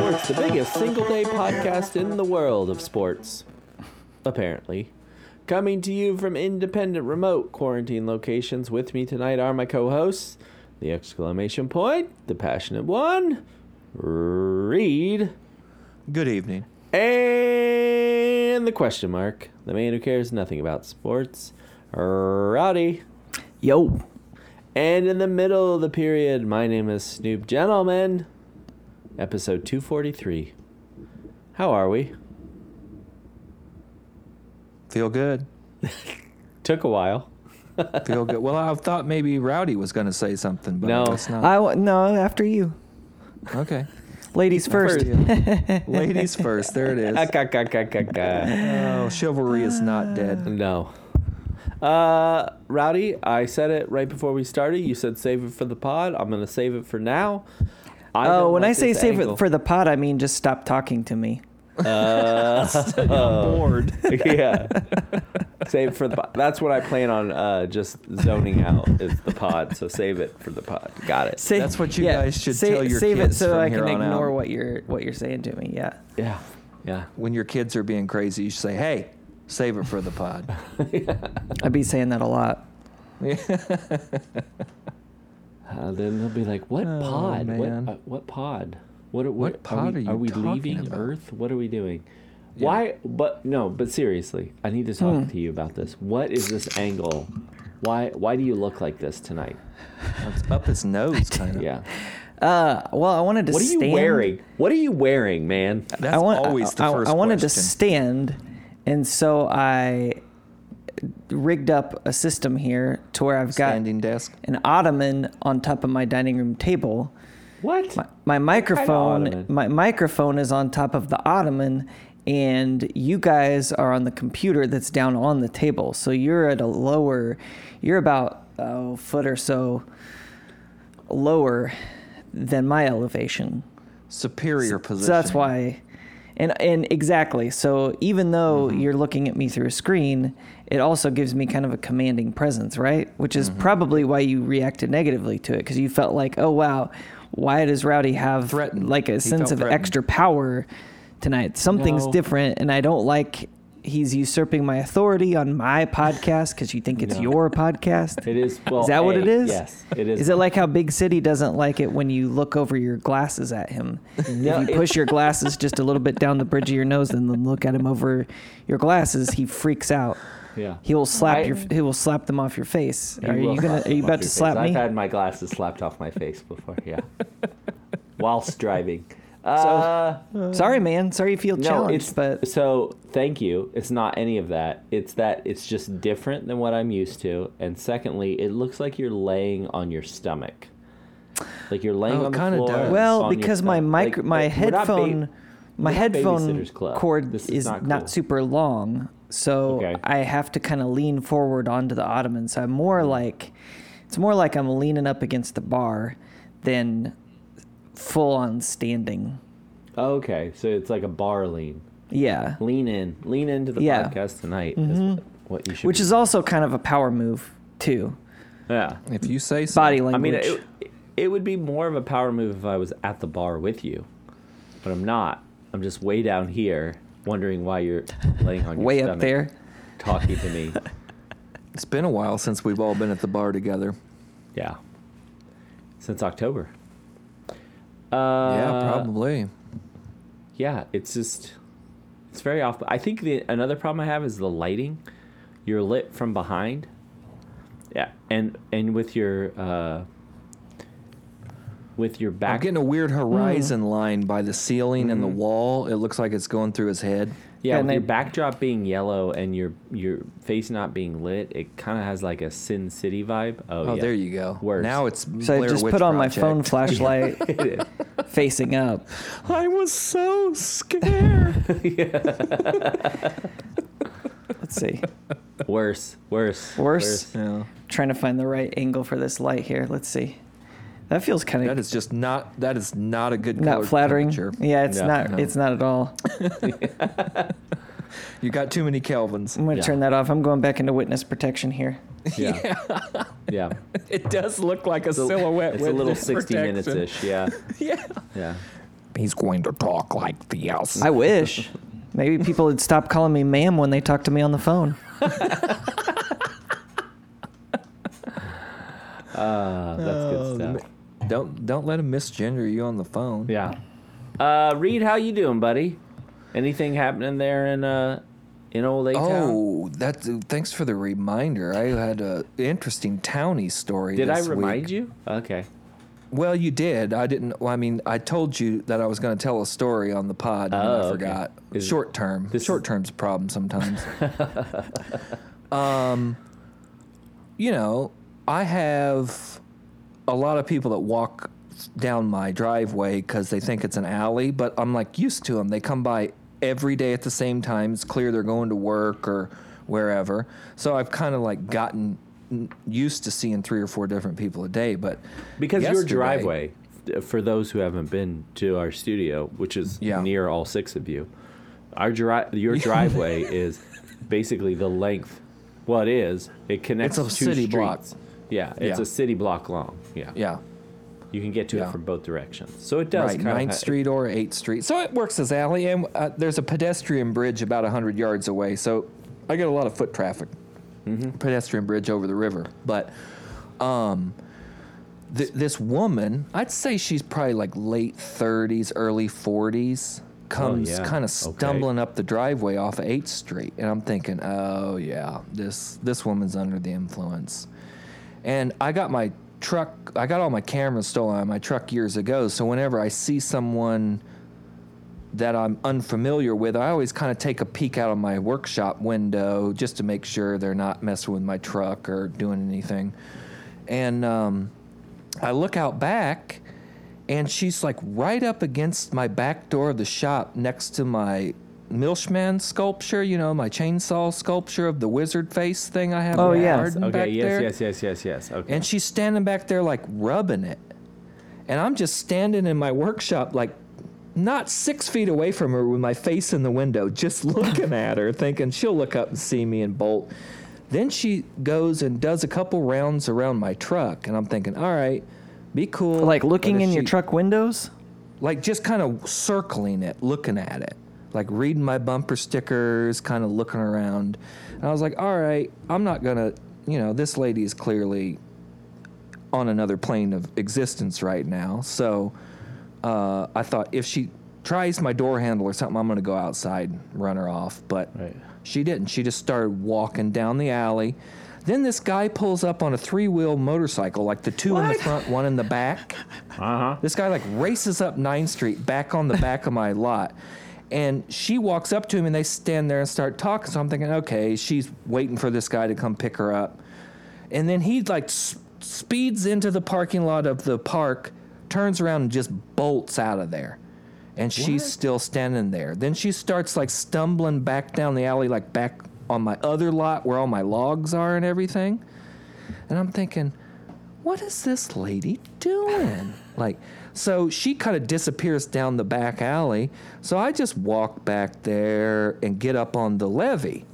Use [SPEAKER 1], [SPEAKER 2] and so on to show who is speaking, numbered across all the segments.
[SPEAKER 1] a single day podcast in the world of sports. Apparently. Coming to you from independent remote quarantine locations with me tonight are my co hosts, the exclamation point, the passionate one, Reed,
[SPEAKER 2] Good evening.
[SPEAKER 1] and the question mark, the man who cares nothing about sports, Rowdy.
[SPEAKER 3] Yo.
[SPEAKER 1] And in the middle of the period, my name is Snoop Gentleman, episode 243. How are we?
[SPEAKER 2] Feel good.
[SPEAKER 1] Took a while.
[SPEAKER 2] Feel good. Well, I thought maybe Rowdy was going to say something, but
[SPEAKER 1] No.
[SPEAKER 2] that's not.
[SPEAKER 3] I w- no after you,
[SPEAKER 2] okay.
[SPEAKER 3] ladies first.
[SPEAKER 2] Ladies first. There it is.
[SPEAKER 1] Akakakakaka.
[SPEAKER 2] Oh, chivalry is not dead.
[SPEAKER 1] no. Uh, Rowdy, I said it right before we started. You said save it for the pod. I'm going to save it for now. I
[SPEAKER 3] Oh,
[SPEAKER 1] don't
[SPEAKER 3] when
[SPEAKER 1] like
[SPEAKER 3] I say
[SPEAKER 1] this
[SPEAKER 3] save
[SPEAKER 1] angle.
[SPEAKER 3] it for the pot, I mean just stop talking to me.
[SPEAKER 2] Bored.
[SPEAKER 1] Uh, oh. yeah. Save it for the pod. That's what I plan on uh, just zoning out is the pod. So save it for the pod. Got it.
[SPEAKER 3] Say,
[SPEAKER 2] That's what you guys should
[SPEAKER 3] say,
[SPEAKER 2] tell your
[SPEAKER 3] save
[SPEAKER 2] kids
[SPEAKER 3] it so
[SPEAKER 2] from
[SPEAKER 3] I
[SPEAKER 2] here
[SPEAKER 3] can
[SPEAKER 2] on out.
[SPEAKER 3] ignore what you're what you're saying to me. Yeah.
[SPEAKER 1] Yeah. Yeah.
[SPEAKER 2] When your kids are being crazy, you should say, "Hey, save it for the pod."
[SPEAKER 3] I'd be saying that a lot.
[SPEAKER 1] Uh, then they'll be like, "What
[SPEAKER 2] Oh,
[SPEAKER 1] pod? What,
[SPEAKER 2] man
[SPEAKER 1] uh, what pod? What? What,
[SPEAKER 2] What pod
[SPEAKER 1] are
[SPEAKER 2] are
[SPEAKER 1] we,
[SPEAKER 2] you
[SPEAKER 1] are we
[SPEAKER 2] talking
[SPEAKER 1] leaving
[SPEAKER 2] about?
[SPEAKER 1] Earth? What are we doing?
[SPEAKER 2] Yeah.
[SPEAKER 1] Why? But no. But seriously, I need to
[SPEAKER 3] Hmm.
[SPEAKER 1] talk to you about this. What is this angle? Why? Why do you look like this tonight?
[SPEAKER 2] It's up his nose, kind of.
[SPEAKER 1] Yeah.
[SPEAKER 3] Uh, well, I wanted to.
[SPEAKER 1] What are you
[SPEAKER 3] stand-
[SPEAKER 1] wearing? What are you wearing, man?
[SPEAKER 2] That's
[SPEAKER 3] I want,
[SPEAKER 2] always the
[SPEAKER 3] I,
[SPEAKER 2] first
[SPEAKER 3] I wanted
[SPEAKER 2] question.
[SPEAKER 3] to stand, and so I rigged up a system here to where I've got
[SPEAKER 2] Standing desk.
[SPEAKER 3] an ottoman on top of my dining room table.
[SPEAKER 1] What?
[SPEAKER 3] My, my microphone,
[SPEAKER 1] ottoman?
[SPEAKER 3] my microphone is on top of the ottoman, and you guys are on the computer that's down on the table. So you're at a lower, you're about a foot or so lower than my elevation.
[SPEAKER 2] Superior position.
[SPEAKER 3] So that's why, and and exactly. So even though
[SPEAKER 2] Mm-hmm.
[SPEAKER 3] you're looking at me through a screen, it also gives me kind of a commanding presence, right? Which
[SPEAKER 2] Mm-hmm.
[SPEAKER 3] is probably why you reacted negatively to it because you felt like, oh wow, why does Rowdy have
[SPEAKER 2] Threatened.
[SPEAKER 3] like a
[SPEAKER 2] He
[SPEAKER 3] sense
[SPEAKER 2] felt
[SPEAKER 3] of
[SPEAKER 2] threatened.
[SPEAKER 3] extra power tonight? Something's
[SPEAKER 1] No.
[SPEAKER 3] different, and I don't like. He's usurping my authority on my podcast because you think it's
[SPEAKER 1] No.
[SPEAKER 3] your podcast.
[SPEAKER 1] It is. Well,
[SPEAKER 3] is that what
[SPEAKER 1] A,
[SPEAKER 3] it is?
[SPEAKER 1] Yes. It is.
[SPEAKER 3] Is it like how Big City doesn't like it when you look over your glasses at him?
[SPEAKER 1] No,
[SPEAKER 3] if you push your glasses just a little bit down the bridge of your nose and then look at him over your glasses, he freaks out.
[SPEAKER 1] Yeah.
[SPEAKER 3] He will slap
[SPEAKER 1] I-
[SPEAKER 3] your he will slap them off your face.
[SPEAKER 1] He
[SPEAKER 3] Are
[SPEAKER 1] will
[SPEAKER 3] you gonna
[SPEAKER 1] slap
[SPEAKER 3] are you
[SPEAKER 1] them off
[SPEAKER 3] about
[SPEAKER 1] your
[SPEAKER 3] to
[SPEAKER 1] face.
[SPEAKER 3] slap
[SPEAKER 1] I've
[SPEAKER 3] me?
[SPEAKER 1] had my glasses slapped off my face before. Yeah. Whilst driving. Uh,
[SPEAKER 3] Sorry, man. Sorry you feel challenged,
[SPEAKER 1] it's
[SPEAKER 3] but
[SPEAKER 1] so thank you. It's not any of that. It's that it's just different than what I'm used to. And secondly, it looks like you're laying on your stomach. Like you're laying
[SPEAKER 2] Oh,
[SPEAKER 1] on
[SPEAKER 2] it
[SPEAKER 1] the
[SPEAKER 2] kinda
[SPEAKER 1] floor.
[SPEAKER 2] does.
[SPEAKER 3] well,
[SPEAKER 1] on your
[SPEAKER 3] because my
[SPEAKER 1] stomach.
[SPEAKER 3] mic
[SPEAKER 1] Like,
[SPEAKER 3] my
[SPEAKER 1] we're not ba-
[SPEAKER 3] headphone my
[SPEAKER 1] we're not
[SPEAKER 3] headphone
[SPEAKER 1] Babysitter's Club.
[SPEAKER 3] cord
[SPEAKER 1] This
[SPEAKER 3] is,
[SPEAKER 1] is not
[SPEAKER 3] not,
[SPEAKER 1] cool.
[SPEAKER 3] super long, so
[SPEAKER 1] Okay.
[SPEAKER 3] I have to kind of lean forward onto the ottoman. So I'm
[SPEAKER 1] Hmm.
[SPEAKER 3] more like it's more like I'm leaning up against the bar than full on standing.
[SPEAKER 1] Oh, okay, so it's like a bar lean.
[SPEAKER 3] Yeah.
[SPEAKER 1] Lean in, lean into the
[SPEAKER 3] Yeah. Mm-hmm.
[SPEAKER 1] podcast tonight. Is what you should.
[SPEAKER 3] Which
[SPEAKER 1] be-
[SPEAKER 3] is also kind of a power move too.
[SPEAKER 1] yeah.
[SPEAKER 2] If you say so.
[SPEAKER 3] Body
[SPEAKER 1] I mean,
[SPEAKER 3] language.
[SPEAKER 1] it, it would be more of a power move if I was at the bar with you, but I'm not. I'm just way down here, wondering why you're laying on your
[SPEAKER 3] way up
[SPEAKER 1] stomach
[SPEAKER 3] there.
[SPEAKER 1] talking to me.
[SPEAKER 2] It's been a while since we've all been at the bar together.
[SPEAKER 1] Yeah, since October. Uh,
[SPEAKER 2] yeah, probably.
[SPEAKER 1] Yeah, it's just it's very off. I think the another problem I have is the lighting. You're lit from behind. Yeah, and and with your uh, with your
[SPEAKER 2] I'm
[SPEAKER 1] back
[SPEAKER 2] getting a weird horizon line by the ceiling and the wall. It looks like it's going through his head.
[SPEAKER 1] Yeah,
[SPEAKER 3] And
[SPEAKER 1] with your
[SPEAKER 3] I-
[SPEAKER 1] backdrop being yellow and your your face not being lit, it kind of has like a Sin City vibe. Oh,
[SPEAKER 2] Oh,
[SPEAKER 1] yeah.
[SPEAKER 2] there you go.
[SPEAKER 1] Worse.
[SPEAKER 2] Now it's
[SPEAKER 3] So I
[SPEAKER 2] Blair
[SPEAKER 3] just
[SPEAKER 2] Witch
[SPEAKER 3] put on my
[SPEAKER 2] Project.
[SPEAKER 3] phone flashlight facing up.
[SPEAKER 2] I was so scared.
[SPEAKER 3] Let's see.
[SPEAKER 1] worse, worse,
[SPEAKER 3] Worse.
[SPEAKER 2] yeah.
[SPEAKER 3] Trying to find the right angle for this light here. Let's see. That feels kind
[SPEAKER 2] That
[SPEAKER 3] of
[SPEAKER 2] is just not. That is not a good.
[SPEAKER 3] not
[SPEAKER 2] color
[SPEAKER 3] flattering.
[SPEAKER 2] temperature.
[SPEAKER 3] Yeah, it's
[SPEAKER 1] No,
[SPEAKER 3] not
[SPEAKER 2] no.
[SPEAKER 3] it's not at all.
[SPEAKER 2] You got too many kelvins.
[SPEAKER 3] I'm going to
[SPEAKER 1] Yeah.
[SPEAKER 3] turn that off. I'm going back into witness protection here.
[SPEAKER 1] Yeah, yeah.
[SPEAKER 2] It does look like a
[SPEAKER 1] It's a little sixty minutes
[SPEAKER 2] protection.
[SPEAKER 1] ish. Yeah,
[SPEAKER 2] Yeah.
[SPEAKER 1] yeah.
[SPEAKER 2] he's going to talk like this.
[SPEAKER 3] I wish. Maybe people would stop calling me ma'am when they talk to me on the phone.
[SPEAKER 1] Uh, that's
[SPEAKER 2] Oh,
[SPEAKER 1] good stuff.
[SPEAKER 2] Don't don't let him misgender you on the phone.
[SPEAKER 1] Yeah. Uh, Reed, how you doing, buddy? Anything happening there in uh in old A Town?
[SPEAKER 2] Oh, that's thanks for the reminder. I had a interesting townie story.
[SPEAKER 1] Did I
[SPEAKER 2] this
[SPEAKER 1] remind
[SPEAKER 2] week.
[SPEAKER 1] you? Okay.
[SPEAKER 2] Well, you did. I didn't. Well, I mean, I told you that I was going to tell a story on the pod, and
[SPEAKER 1] Oh,
[SPEAKER 2] I
[SPEAKER 1] okay.
[SPEAKER 2] forgot.
[SPEAKER 1] Is-
[SPEAKER 2] Short term.
[SPEAKER 1] this is-
[SPEAKER 2] Short term's a problem sometimes. um, you know, I have a lot of people that walk down my driveway because they think it's an alley, but I'm like used to them. They come by every day at the same time. It's clear they're going to work or wherever. So I've kind of like gotten used to seeing three or four different people a day, but
[SPEAKER 1] Because your
[SPEAKER 2] yesterday-
[SPEAKER 1] driveway, th- for those who haven't been to our studio, which is
[SPEAKER 2] Yeah.
[SPEAKER 1] near all six of you, our dri- your driveway is basically the length. Well, it is. It connects
[SPEAKER 2] It's a
[SPEAKER 1] two
[SPEAKER 2] city
[SPEAKER 1] streets.
[SPEAKER 2] block.
[SPEAKER 1] Yeah, it's
[SPEAKER 2] Yeah.
[SPEAKER 1] a city block long. Yeah.
[SPEAKER 2] Yeah.
[SPEAKER 1] You can get to
[SPEAKER 2] Yeah.
[SPEAKER 1] it from both directions. So it does
[SPEAKER 2] right,
[SPEAKER 1] kind
[SPEAKER 2] 9th
[SPEAKER 1] of
[SPEAKER 2] Street or 8th Street. So it works as alley, and uh, there's a pedestrian bridge about 100 yards away. So I get a lot of foot traffic.
[SPEAKER 1] Mm-hmm.
[SPEAKER 2] Pedestrian bridge over the river. But um, th- this woman, I'd say she's probably like late 30s, early 40s, comes
[SPEAKER 1] yeah.
[SPEAKER 2] kind
[SPEAKER 1] Okay.
[SPEAKER 2] of stumbling up the driveway off of 8th Street. And I'm thinking, oh, yeah, this, this woman's under the influence and I got my truck. I got all my cameras stolen out of my truck years ago. So whenever I see someone that I'm unfamiliar with, I always kind of take a peek out of my workshop window just to make sure they're not messing with my truck or doing anything. And um, I look out back, and she's like right up against my back door of the shop next to my. Milchman sculpture, you know, my chainsaw sculpture of the wizard face thing I have
[SPEAKER 3] Oh,
[SPEAKER 2] in my
[SPEAKER 3] yes.
[SPEAKER 2] garden
[SPEAKER 1] Okay,
[SPEAKER 2] back
[SPEAKER 1] yes,
[SPEAKER 2] there
[SPEAKER 1] yes, yes, yes, yes. Okay.
[SPEAKER 2] and she's standing back there like rubbing it and i'm just standing in my workshop like not six feet away from her with my face in the window just looking at her thinking she'll look up and see me and bolt then she goes and does a couple rounds around my truck and i'm thinking all right be cool
[SPEAKER 3] Like
[SPEAKER 2] But
[SPEAKER 3] looking
[SPEAKER 2] if
[SPEAKER 3] in your
[SPEAKER 2] she-
[SPEAKER 3] truck windows?
[SPEAKER 2] like just kind of circling it, looking at it, like reading my bumper stickers, kind of looking around. And I was like, all right, I'm not gonna, you know, this lady is clearly on another plane of existence right now. So uh, I thought if she tries my door handle or something, I'm gonna go outside, and run her off. But
[SPEAKER 1] Right.
[SPEAKER 2] she didn't. She just started walking down the alley. Then this guy pulls up on a three-wheel motorcycle, like the two in the front, one in the back. This guy like races up 9th Street back on the back of my lot. And she walks up to him and they stand there and start talking. So I'm thinking, okay, she's waiting for this guy to come pick her up. And then he like s- speeds into the parking lot of the park, turns around and just bolts out of there. And she's still standing there. Then she starts like stumbling back down the alley, like back on my other lot where all my logs are and everything. And I'm thinking, what is this lady doing? like, so she kind of disappears down the back alley. So I just walk back there and get up on the levee.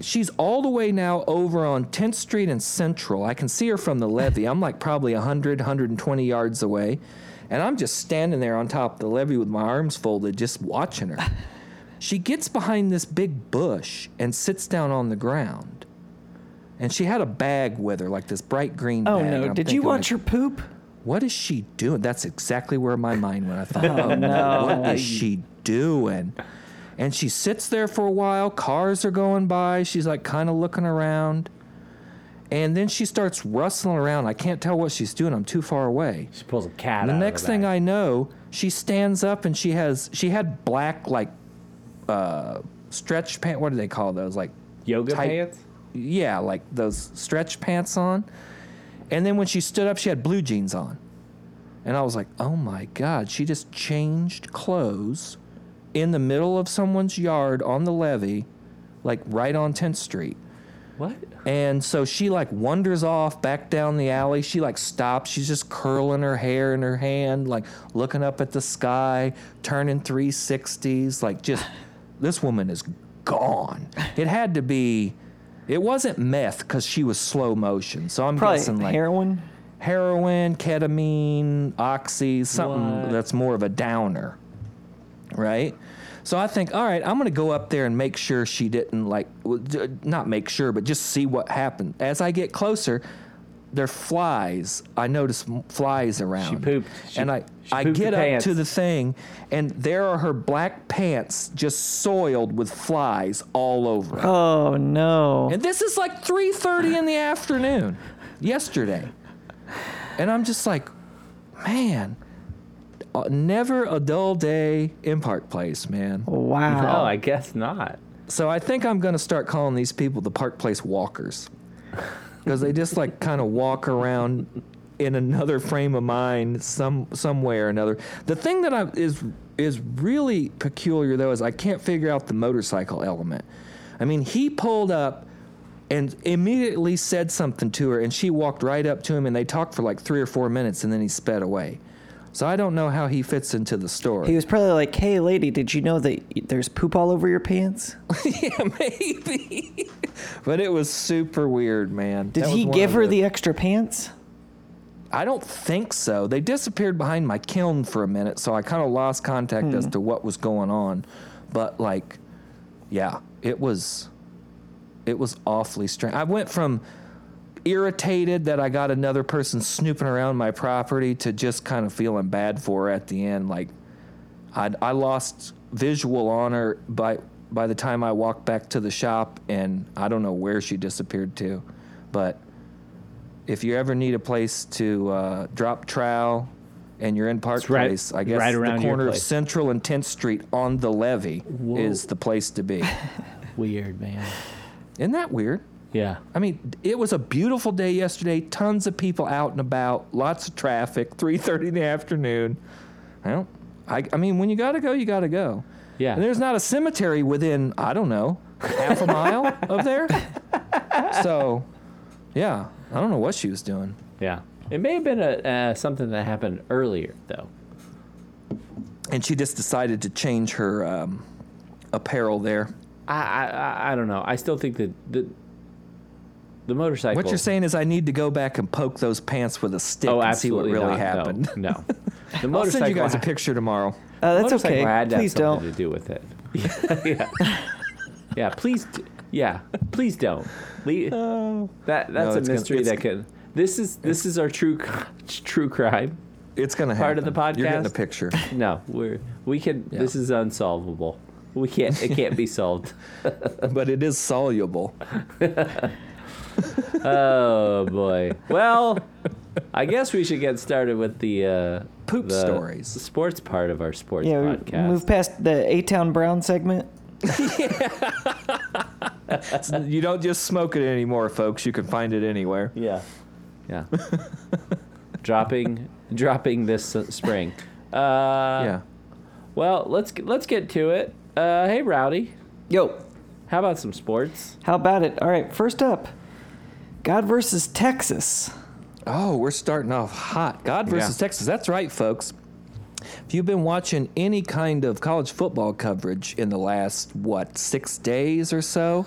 [SPEAKER 2] She's all the way now over on 10th Street and Central. I can see her from the levee. I'm like probably 100, 120 yards away. And I'm just standing there on top of the levee with my arms folded, just watching her. she gets behind this big bush and sits down on the ground. And she had a bag with her, like this bright green
[SPEAKER 3] Oh
[SPEAKER 2] bag.
[SPEAKER 3] no.
[SPEAKER 2] And I'm
[SPEAKER 3] Did you
[SPEAKER 2] thinking,
[SPEAKER 3] watch
[SPEAKER 2] like,
[SPEAKER 3] your poop?
[SPEAKER 2] What is she doing? That's exactly where my mind went. I thought, oh no, what is she doing? And she sits there for a while. Cars are going by. She's like kind of looking around. And then she starts rustling around. I can't tell what she's doing. I'm too far away.
[SPEAKER 1] She pulls a cat
[SPEAKER 2] The
[SPEAKER 1] out
[SPEAKER 2] next
[SPEAKER 1] of the
[SPEAKER 2] thing
[SPEAKER 1] bag.
[SPEAKER 2] I know, she stands up and she has she had black like uh stretch pant. What do they call those? Like
[SPEAKER 1] Yoga
[SPEAKER 2] tight-
[SPEAKER 1] pants?
[SPEAKER 2] yeah, like those stretch pants on. And then when she stood up, she had blue jeans on. And I was like, oh my God, she just changed clothes in the middle of someone's yard on the levee, like right on 10th Street.
[SPEAKER 1] What?
[SPEAKER 2] And so she like wanders off back down the alley. She like stops. She's just curling her hair in her hand, like looking up at the sky, turning 360s. Like, just this woman is gone. It had to be, it wasn't meth because she was slow motion. So I'm
[SPEAKER 3] Probably
[SPEAKER 2] guessing like
[SPEAKER 3] heroin.
[SPEAKER 2] heroin, ketamine, oxy, something
[SPEAKER 1] What?
[SPEAKER 2] that's more of a downer. right? So I think, all right, I'm going to go up there and make sure she didn't like, well, d- not make sure, but just see what happened. As I get closer, there are flies. I notice m- flies around.
[SPEAKER 1] She pooped. She-
[SPEAKER 2] and I,
[SPEAKER 1] she
[SPEAKER 2] I
[SPEAKER 1] pooped
[SPEAKER 2] get
[SPEAKER 1] her
[SPEAKER 2] up
[SPEAKER 1] pants.
[SPEAKER 2] to the thing, and there are her black pants just soiled with flies all over. 'em.
[SPEAKER 3] Oh no.
[SPEAKER 2] And this is like 3:30 in the afternoon yesterday. And I'm just like, man, uh, never a dull day in Park Place, man.
[SPEAKER 1] No,
[SPEAKER 3] wow.
[SPEAKER 1] I guess not.
[SPEAKER 2] So I think I'm going to start calling these people the Park Place walkers. Cuz they just like kind of walk around in another frame of mind some some way or another. The thing that I is is really peculiar though is I can't figure out the motorcycle element. I mean, he pulled up and immediately said something to her and she walked right up to him and they talked for like 3 or 4 minutes and then he sped away. So I don't know how he fits into the story.
[SPEAKER 3] He was probably like, "Hey, lady, did you know that y- there's poop all over your pants?
[SPEAKER 2] yeah, maybe. but it was super weird, man.
[SPEAKER 3] Did
[SPEAKER 2] That was
[SPEAKER 3] he
[SPEAKER 2] one
[SPEAKER 3] give
[SPEAKER 2] of
[SPEAKER 3] her the extra pants?"
[SPEAKER 2] I don't think so. They disappeared behind my kiln for a minute, so I kind of lost contact
[SPEAKER 3] Hmm.
[SPEAKER 2] as to what was going on. But like, yeah, it was, it was awfully strange. I went from irritated that I got another person snooping around my property to just kind of feeling bad for her at the end. Like, I I lost visual on her by by the time I walked back to the shop, and I don't know where she disappeared to, but if you ever need a place to uh, drop trowel and you're in Park
[SPEAKER 1] It's right-
[SPEAKER 2] Place, I guess
[SPEAKER 1] right around
[SPEAKER 2] the
[SPEAKER 1] your
[SPEAKER 2] corner of
[SPEAKER 1] place.
[SPEAKER 2] Central and 10th Street on the levee
[SPEAKER 1] Whoa.
[SPEAKER 2] is the place to be.
[SPEAKER 1] Weird, man.
[SPEAKER 2] Isn't that weird?
[SPEAKER 1] Yeah.
[SPEAKER 2] I mean, it was a beautiful day yesterday. Tons of people out and about. Lots of traffic. 3:30 in the afternoon. Well, I, I mean, when you gotta go, you gotta go.
[SPEAKER 1] Yeah.
[SPEAKER 2] And there's not a cemetery within I don't know half a mile of there. So, yeah, I don't know what she was doing.
[SPEAKER 1] Yeah. It may have been a, uh, something that happened earlier, though.
[SPEAKER 2] and she just decided to change her um, apparel there.
[SPEAKER 1] I, I, I- I don't know. I still think that the, the motorcycle.
[SPEAKER 2] What you're saying is, I need to go back and poke those pants with a stick
[SPEAKER 1] Oh,
[SPEAKER 2] and see what
[SPEAKER 1] absolutely
[SPEAKER 2] really
[SPEAKER 1] not.
[SPEAKER 2] happened.
[SPEAKER 1] No. no. The
[SPEAKER 2] I'll
[SPEAKER 1] motorcycle.
[SPEAKER 2] send you guys a
[SPEAKER 1] ha-
[SPEAKER 2] picture tomorrow.
[SPEAKER 3] Uh, that's
[SPEAKER 1] motorcycle
[SPEAKER 3] okay.
[SPEAKER 1] had to have
[SPEAKER 3] Please
[SPEAKER 1] something
[SPEAKER 3] don't.
[SPEAKER 1] To do with it. yeah. yeah. Please. d- Yeah. Please don't. Le- that that's a
[SPEAKER 2] Oh. it's gonna-
[SPEAKER 1] mystery
[SPEAKER 2] it's-
[SPEAKER 1] that can. This is this is our true cr- true crime.
[SPEAKER 2] It's gonna happen.
[SPEAKER 1] Part of the
[SPEAKER 2] You're getting a
[SPEAKER 1] podcast?
[SPEAKER 2] picture.
[SPEAKER 1] No, we're we can. This is unsolvable. We can't. It can't be solved.
[SPEAKER 2] but it is soluble.
[SPEAKER 1] Oh boy. Well, I guess we should get started with the uh,
[SPEAKER 2] Poop
[SPEAKER 1] the
[SPEAKER 2] stories.
[SPEAKER 1] sports part of our sports
[SPEAKER 3] Yeah, we-
[SPEAKER 1] podcast.
[SPEAKER 3] move past the A Town Brown segment.
[SPEAKER 2] It's- you don't just smoke it anymore, folks. You can find it anywhere.
[SPEAKER 1] Yeah. Yeah. dropping, dropping this uh, spring. Uh, yeah.
[SPEAKER 2] yeah.
[SPEAKER 1] Well, let's let's get to it. Uh, hey, Rowdy,
[SPEAKER 3] Yo,
[SPEAKER 1] how about some sports?
[SPEAKER 3] how about it? All right, first up, God versus Texas.
[SPEAKER 2] Oh, we're starting off hot. God versus Texas. That's right, folks. If you've been watching any kind of college football coverage in the last, what, six days or so,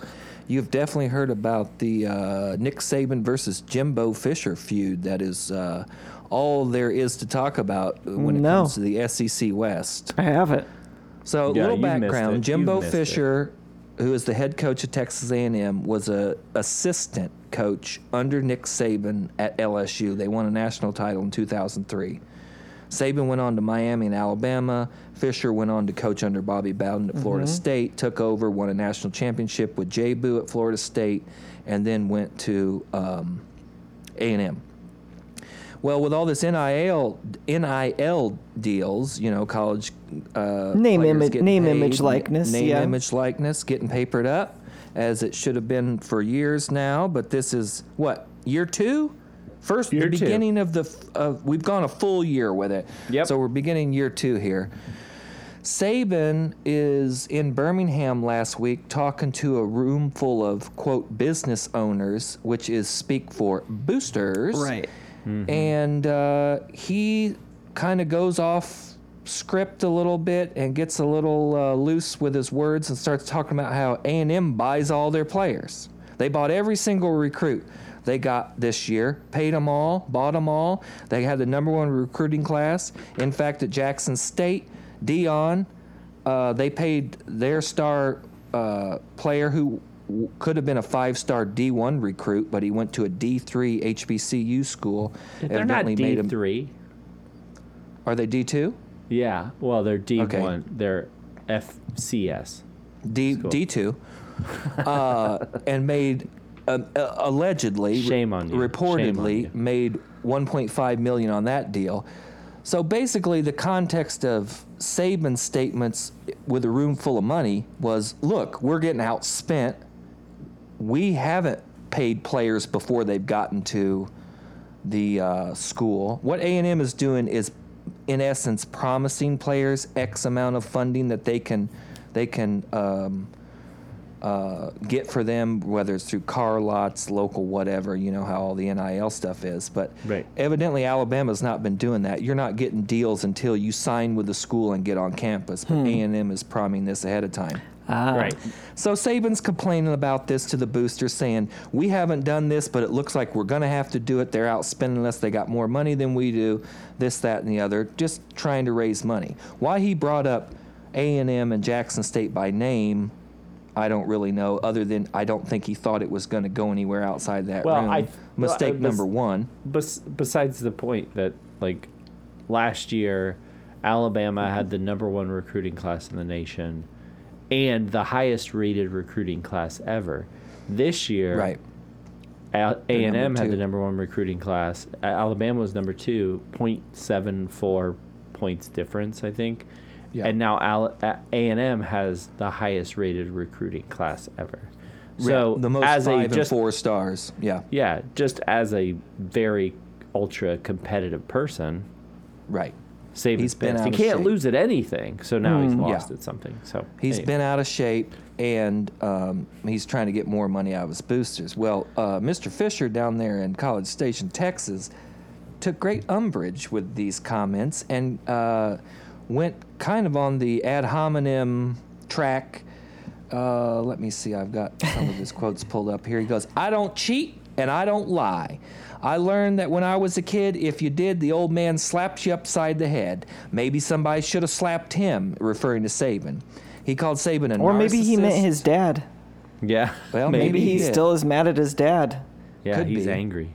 [SPEAKER 2] you've definitely heard about the uh, Nick Saban versus Jimbo Fisher feud that is uh, all there is to talk about when it
[SPEAKER 3] No.
[SPEAKER 2] comes to the SEC West.
[SPEAKER 3] I have it.
[SPEAKER 2] So a
[SPEAKER 1] Yeah,
[SPEAKER 2] little
[SPEAKER 1] you missed it. You
[SPEAKER 2] background: Jimbo
[SPEAKER 1] missed it.
[SPEAKER 2] Fisher, who is the head coach of Texas A&M, was a assistant coach under Nick Saban at LSU. They won a national title in 2003. Saban went on to Miami and Alabama. Fisher went on to coach under Bobby Bowden at Florida
[SPEAKER 1] Mm-hmm.
[SPEAKER 2] State, took over, won a national championship with Jay Boo at Florida State, and then went to um, A&M. Well, with all this NIL NIL deals, you know, college uh,
[SPEAKER 3] Name,
[SPEAKER 2] players
[SPEAKER 3] image-
[SPEAKER 2] getting
[SPEAKER 3] name,
[SPEAKER 2] paid,
[SPEAKER 3] image, likeness,
[SPEAKER 2] name,
[SPEAKER 3] yeah.
[SPEAKER 2] image, likeness, getting papered up, as it should have been for years now. But this is what year two, first
[SPEAKER 1] Year
[SPEAKER 2] the
[SPEAKER 1] two.
[SPEAKER 2] beginning of the f- of we've gone a full year with it.
[SPEAKER 1] Yep.
[SPEAKER 2] So we're beginning year two here. Saban is in Birmingham last week talking to a room full of quote business owners, which is speak for boosters
[SPEAKER 3] Right.
[SPEAKER 2] and uh, he kind of goes off script a little bit and gets a little uh, loose with his words and starts talking about how a&m buys all their players they bought every single recruit they got this year paid them all bought them all they had the number one recruiting class in fact at jackson state dion uh, they paid their star uh, player who w- could have been a five star D1 recruit, but he went to a D3 HBCU school.
[SPEAKER 1] They're not
[SPEAKER 2] Evidently made
[SPEAKER 1] D
[SPEAKER 2] him-
[SPEAKER 1] three.
[SPEAKER 2] Are they D2?
[SPEAKER 1] Yeah. Well, they're D one.
[SPEAKER 2] Okay.
[SPEAKER 1] They're FCS.
[SPEAKER 2] D,
[SPEAKER 1] School.
[SPEAKER 2] D2. Uh, and made. Um, uh, allegedly,
[SPEAKER 1] Shame on you. Shame on
[SPEAKER 2] reportedly
[SPEAKER 1] you.
[SPEAKER 2] made 1.5 million on that deal. So basically, the context of Saban's statements with a room full of money was, "Look, we're getting outspent. We haven't paid players before they've gotten to the uh, school. What A and M is doing is, in essence, promising players X amount of funding that they can, they can." Um, uh, get for them, whether it's through car lots, local, whatever. You know how all the NIL stuff is, but
[SPEAKER 1] Right.
[SPEAKER 2] evidently Alabama's not been doing that. You're not getting deals until you sign with the school and get on campus. But A and M is priming this ahead of time.
[SPEAKER 3] Ah,
[SPEAKER 1] Right.
[SPEAKER 2] So Saban's complaining about this to the boosters, saying, "We haven't done this, but it looks like we're going to have to do it. They're out spending us. They got more money than we do. This, that, and the other. Just trying to raise money." Why he brought up A&M and Jackson State by name, I don't really know. Other than I don't think he thought it was going to go anywhere outside that
[SPEAKER 1] Well,
[SPEAKER 2] room.
[SPEAKER 1] I- well,
[SPEAKER 2] Mistake
[SPEAKER 1] I was-
[SPEAKER 2] number one.
[SPEAKER 1] Bes- besides the point that like last year, Alabama
[SPEAKER 2] Mm-hmm.
[SPEAKER 1] had the number one recruiting class in the nation, and the highest rated recruiting class ever. This year,
[SPEAKER 2] Right.
[SPEAKER 1] A and M
[SPEAKER 2] number
[SPEAKER 1] had the
[SPEAKER 2] two.
[SPEAKER 1] number one recruiting class. A- Alabama was number two, 0.74 points difference, I think.
[SPEAKER 2] Yeah.
[SPEAKER 1] And now Al- A and M has the highest rated recruiting class ever. So
[SPEAKER 2] the most
[SPEAKER 1] as
[SPEAKER 2] five
[SPEAKER 1] a just
[SPEAKER 2] and four stars. Yeah.
[SPEAKER 1] yeah, just as a very ultra competitive person,
[SPEAKER 2] Right.
[SPEAKER 1] Saban's
[SPEAKER 2] He's been
[SPEAKER 1] pissed. He
[SPEAKER 2] out of
[SPEAKER 1] can't
[SPEAKER 2] shape. Hmm,
[SPEAKER 1] lose at anything, so now he's
[SPEAKER 2] Yeah.
[SPEAKER 1] lost at something. So
[SPEAKER 2] He's
[SPEAKER 1] he's
[SPEAKER 2] been out of shape and um, he's trying to get more money out of his boosters. Well, uh, Mr. Fisher down there in College Station, Texas, took great umbrage with these comments and uh, went kind of on the ad hominem track. Uh, let me see, I've got some of his quotes pulled up here. He goes, I don't cheat and I don't lie. I learned that when I was a kid, if you did, the old man slapped you upside the head. Maybe somebody should have slapped him, referring to Saban. He called Saban a
[SPEAKER 3] Or maybe he meant
[SPEAKER 2] narcissist.
[SPEAKER 3] his dad.
[SPEAKER 1] yeah.
[SPEAKER 2] Well,
[SPEAKER 3] Maybe,
[SPEAKER 2] Maybe he
[SPEAKER 3] he
[SPEAKER 2] did.
[SPEAKER 3] still is mad at his dad.
[SPEAKER 1] yeah,
[SPEAKER 2] could
[SPEAKER 1] he's
[SPEAKER 2] be.
[SPEAKER 1] angry.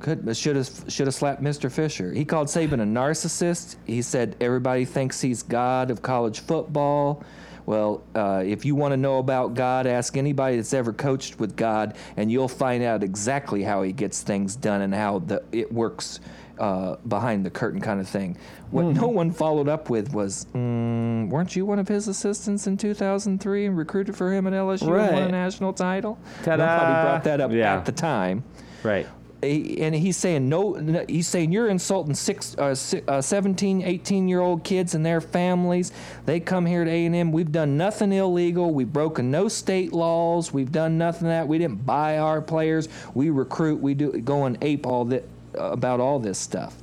[SPEAKER 2] Could should have should have slapped Mr. Fisher. He called Saban a narcissist. He said everybody thinks he's God of college football. Well, uh, if you want to know about God, ask anybody that's ever coached with God, and you'll find out exactly how he gets things done and how the, it works uh, behind the curtain, kind of thing. What
[SPEAKER 1] Hmm.
[SPEAKER 2] no one followed up with was, mm, "Weren't you one of his assistants in 2003 and recruited for him at LSU and won a
[SPEAKER 3] Right.
[SPEAKER 2] national title?"
[SPEAKER 1] Ta-da.
[SPEAKER 2] Nobody brought that up
[SPEAKER 1] Yeah.
[SPEAKER 2] at the time
[SPEAKER 1] Right.
[SPEAKER 2] he- and he's saying no, no he's saying you're insulting six, uh, si uh, 17 18 year old kids and their families they come here to a&m we've done nothing illegal we've broken no state laws we've done nothing that we didn't buy our players we recruit we do go and ape all that about all this stuff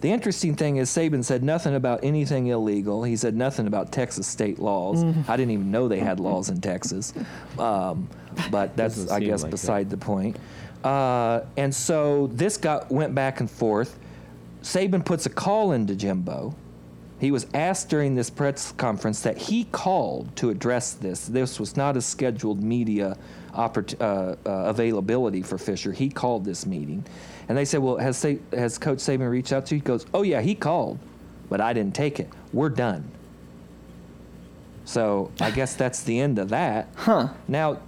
[SPEAKER 2] the interesting thing is Saban said nothing about anything illegal. He said nothing about Texas state laws.
[SPEAKER 1] Mm-hmm.
[SPEAKER 2] I didn't even know they had laws in Texas, um, but that's
[SPEAKER 1] Doesn't
[SPEAKER 2] I
[SPEAKER 1] seem
[SPEAKER 2] guess
[SPEAKER 1] like it.
[SPEAKER 2] beside the point. Uh, and so this got went back and forth. Saban puts a call into Jimbo. He was asked during this press conference that he called to address this. This was not a scheduled media oppor- uh, uh, availability for Fisher. He called this meeting, and they said, "Well, has Sa- has Coach Saban reached out to you?" He goes, "Oh yeah, he called, but I didn't take it. We're done." So I guess that's the end of that.
[SPEAKER 3] Huh.
[SPEAKER 2] Now,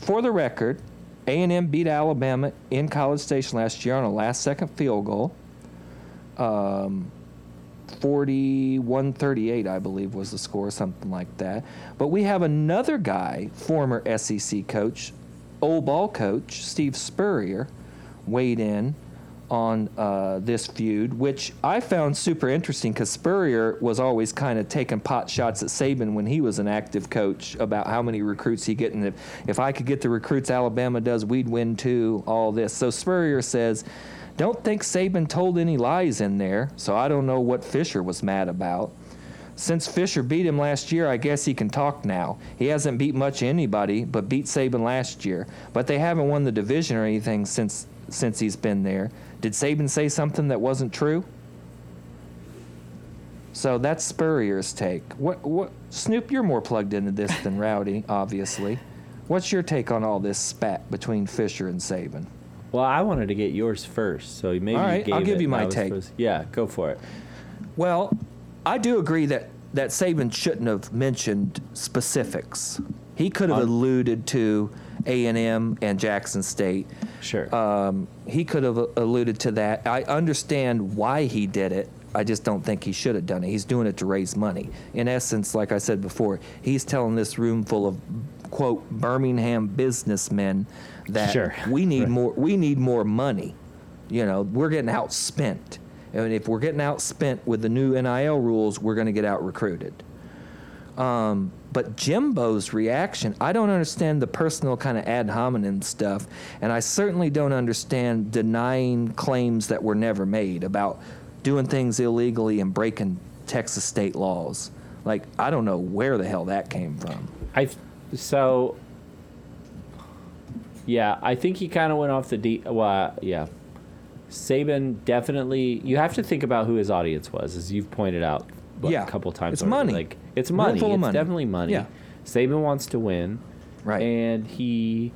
[SPEAKER 2] for the record, A&M beat Alabama in College Station last year on a last-second field goal. Um, 41-38, I believe, was the score, something like that. But we have another guy, former SEC coach, old ball coach Steve Spurrier, weighed in on uh, this feud, which I found super interesting because Spurrier was always kind of taking pot shots at Saban when he was an active coach about how many recruits he getting. If, if I could get the recruits Alabama does, we'd win too. All this. So Spurrier says. Don't think Saban told any lies in there, so I don't know what Fisher was mad about. Since Fisher beat him last year, I guess he can talk now. He hasn't beat much anybody, but beat Saban last year. But they haven't won the division or anything since since he's been there. Did Saban say something that wasn't true? So that's Spurrier's take. What, what, Snoop, you're more plugged into this than Rowdy, obviously. What's your take on all this spat between Fisher and Saban?
[SPEAKER 1] Well, I wanted to get yours first, so maybe
[SPEAKER 2] All
[SPEAKER 1] you
[SPEAKER 2] right,
[SPEAKER 1] gave
[SPEAKER 2] I'll give
[SPEAKER 1] it
[SPEAKER 2] you
[SPEAKER 1] and I
[SPEAKER 2] my
[SPEAKER 1] was
[SPEAKER 2] take.
[SPEAKER 1] supposed- yeah, go for it.
[SPEAKER 2] Well, I do agree that that Saban shouldn't have mentioned specifics. He could have
[SPEAKER 1] Um,
[SPEAKER 2] alluded to A and M and Jackson State.
[SPEAKER 1] Sure.
[SPEAKER 2] Um, he could have alluded to that. I understand why he did it. I just don't think he should have done it. He's doing it to raise money. In essence, like I said before, he's telling this room full of quote Birmingham businessmen that
[SPEAKER 1] Sure.
[SPEAKER 2] we need
[SPEAKER 1] Right.
[SPEAKER 2] more. We need more money. You know, we're getting outspent, and if we're getting outspent with the new NIL rules, we're going to get out recruited. Um, but Jimbo's reaction, I don't understand the personal kind of ad hominem stuff, and I certainly don't understand denying claims that were never made about doing things illegally and breaking Texas state laws. Like, I don't know where the hell that came from.
[SPEAKER 1] I th- so yeah, I think he kind of went off the deep. Well, yeah, Saban definitely. You have to think about who his audience was, as you've pointed out what,
[SPEAKER 2] Yeah,
[SPEAKER 1] a couple times.
[SPEAKER 2] it's
[SPEAKER 1] already.
[SPEAKER 2] money.
[SPEAKER 1] Like it's
[SPEAKER 2] Room
[SPEAKER 1] money.
[SPEAKER 2] full of
[SPEAKER 1] It's
[SPEAKER 2] money.
[SPEAKER 1] definitely money.
[SPEAKER 2] Yeah.
[SPEAKER 1] Saban wants to win,
[SPEAKER 2] Right.
[SPEAKER 1] And he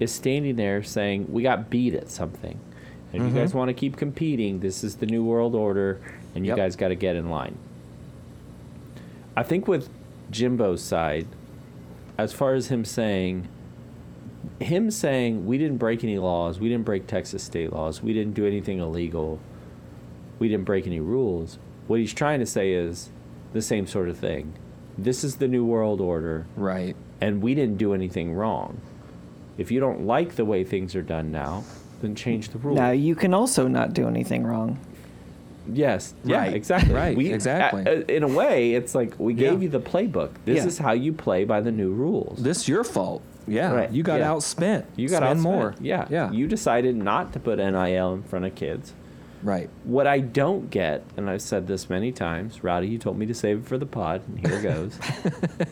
[SPEAKER 1] is standing there saying, "We got beat at something. And
[SPEAKER 2] Mm-hmm.
[SPEAKER 1] if you guys want to keep competing, this is the new world order, and you
[SPEAKER 2] Yep.
[SPEAKER 1] guys got to get in line." I think with Jimbo's side, as far as him saying, him saying we didn't break any laws, we didn't break Texas state laws, we didn't do anything illegal, we didn't break any rules. What he's trying to say is the same sort of thing. This is the new world order,
[SPEAKER 2] Right.
[SPEAKER 1] and we didn't do anything wrong. If you don't like the way things are done now, then change the rules.
[SPEAKER 3] Now you can also not do anything wrong.
[SPEAKER 1] Yes. Yeah,
[SPEAKER 2] Right,
[SPEAKER 1] Exactly.
[SPEAKER 2] right, exactly.
[SPEAKER 1] a- a- in a way, it's like we gave
[SPEAKER 2] Yeah.
[SPEAKER 1] you the playbook. This
[SPEAKER 3] Yeah.
[SPEAKER 1] is how you play by the new rules.
[SPEAKER 2] This your fault. Yeah.
[SPEAKER 1] Right,
[SPEAKER 2] You got
[SPEAKER 1] yeah.
[SPEAKER 2] outspent.
[SPEAKER 1] you got
[SPEAKER 2] Spend
[SPEAKER 1] outspent.
[SPEAKER 2] more.
[SPEAKER 1] Yeah.
[SPEAKER 2] Yeah.
[SPEAKER 1] You decided not to put NIL in front of kids.
[SPEAKER 2] right.
[SPEAKER 1] What I don't get, and I've said this many times, Rowdy, you told me to save it for the pod, and here goes.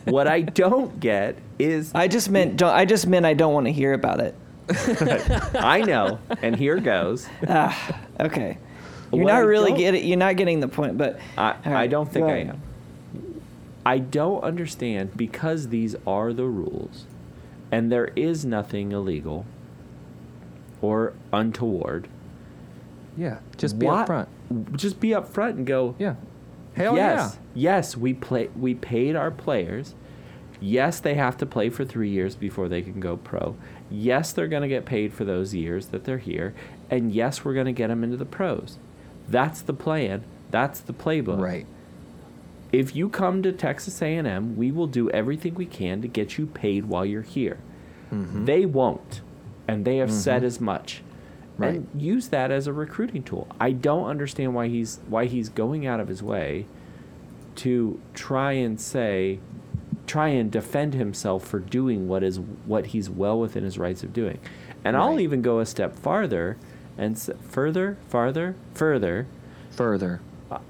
[SPEAKER 1] what I don't get is
[SPEAKER 3] I just meant don't, I just meant I don't want to hear about it.
[SPEAKER 1] I know, and here goes.
[SPEAKER 3] Ah, Okay. You're
[SPEAKER 1] What
[SPEAKER 3] not
[SPEAKER 1] I
[SPEAKER 3] really
[SPEAKER 1] don't-
[SPEAKER 3] getting you're not getting the point, but
[SPEAKER 1] I,
[SPEAKER 3] all
[SPEAKER 1] I
[SPEAKER 3] right,
[SPEAKER 1] don't think
[SPEAKER 3] go
[SPEAKER 1] I
[SPEAKER 3] ahead.
[SPEAKER 1] am. I don't understand because these are the rules and there is nothing illegal or untoward.
[SPEAKER 2] Yeah. Just be
[SPEAKER 1] Why-
[SPEAKER 2] upfront.
[SPEAKER 1] Just be upfront and go,
[SPEAKER 2] Yeah. Hell
[SPEAKER 1] yes,
[SPEAKER 2] yeah.
[SPEAKER 1] yes, we play we paid our players. Yes, they have to play for 3 years before they can go pro. Yes, they're going to get paid for those years that they're here, and yes, we're going to get them into the pros. That's the plan. That's the playbook
[SPEAKER 2] Right.
[SPEAKER 1] if you come to texas a&m we will do everything we can to get you paid while you're here
[SPEAKER 2] Mm-hmm.
[SPEAKER 1] they won't and they have said as much
[SPEAKER 2] Right.
[SPEAKER 1] and use that as a recruiting tool i don't understand why he's why he's going out of his way to try and say try and defend himself for doing what is what he's well within his rights of doing and i'll
[SPEAKER 2] Right.
[SPEAKER 1] even go a step farther and s- further farther further
[SPEAKER 2] Further.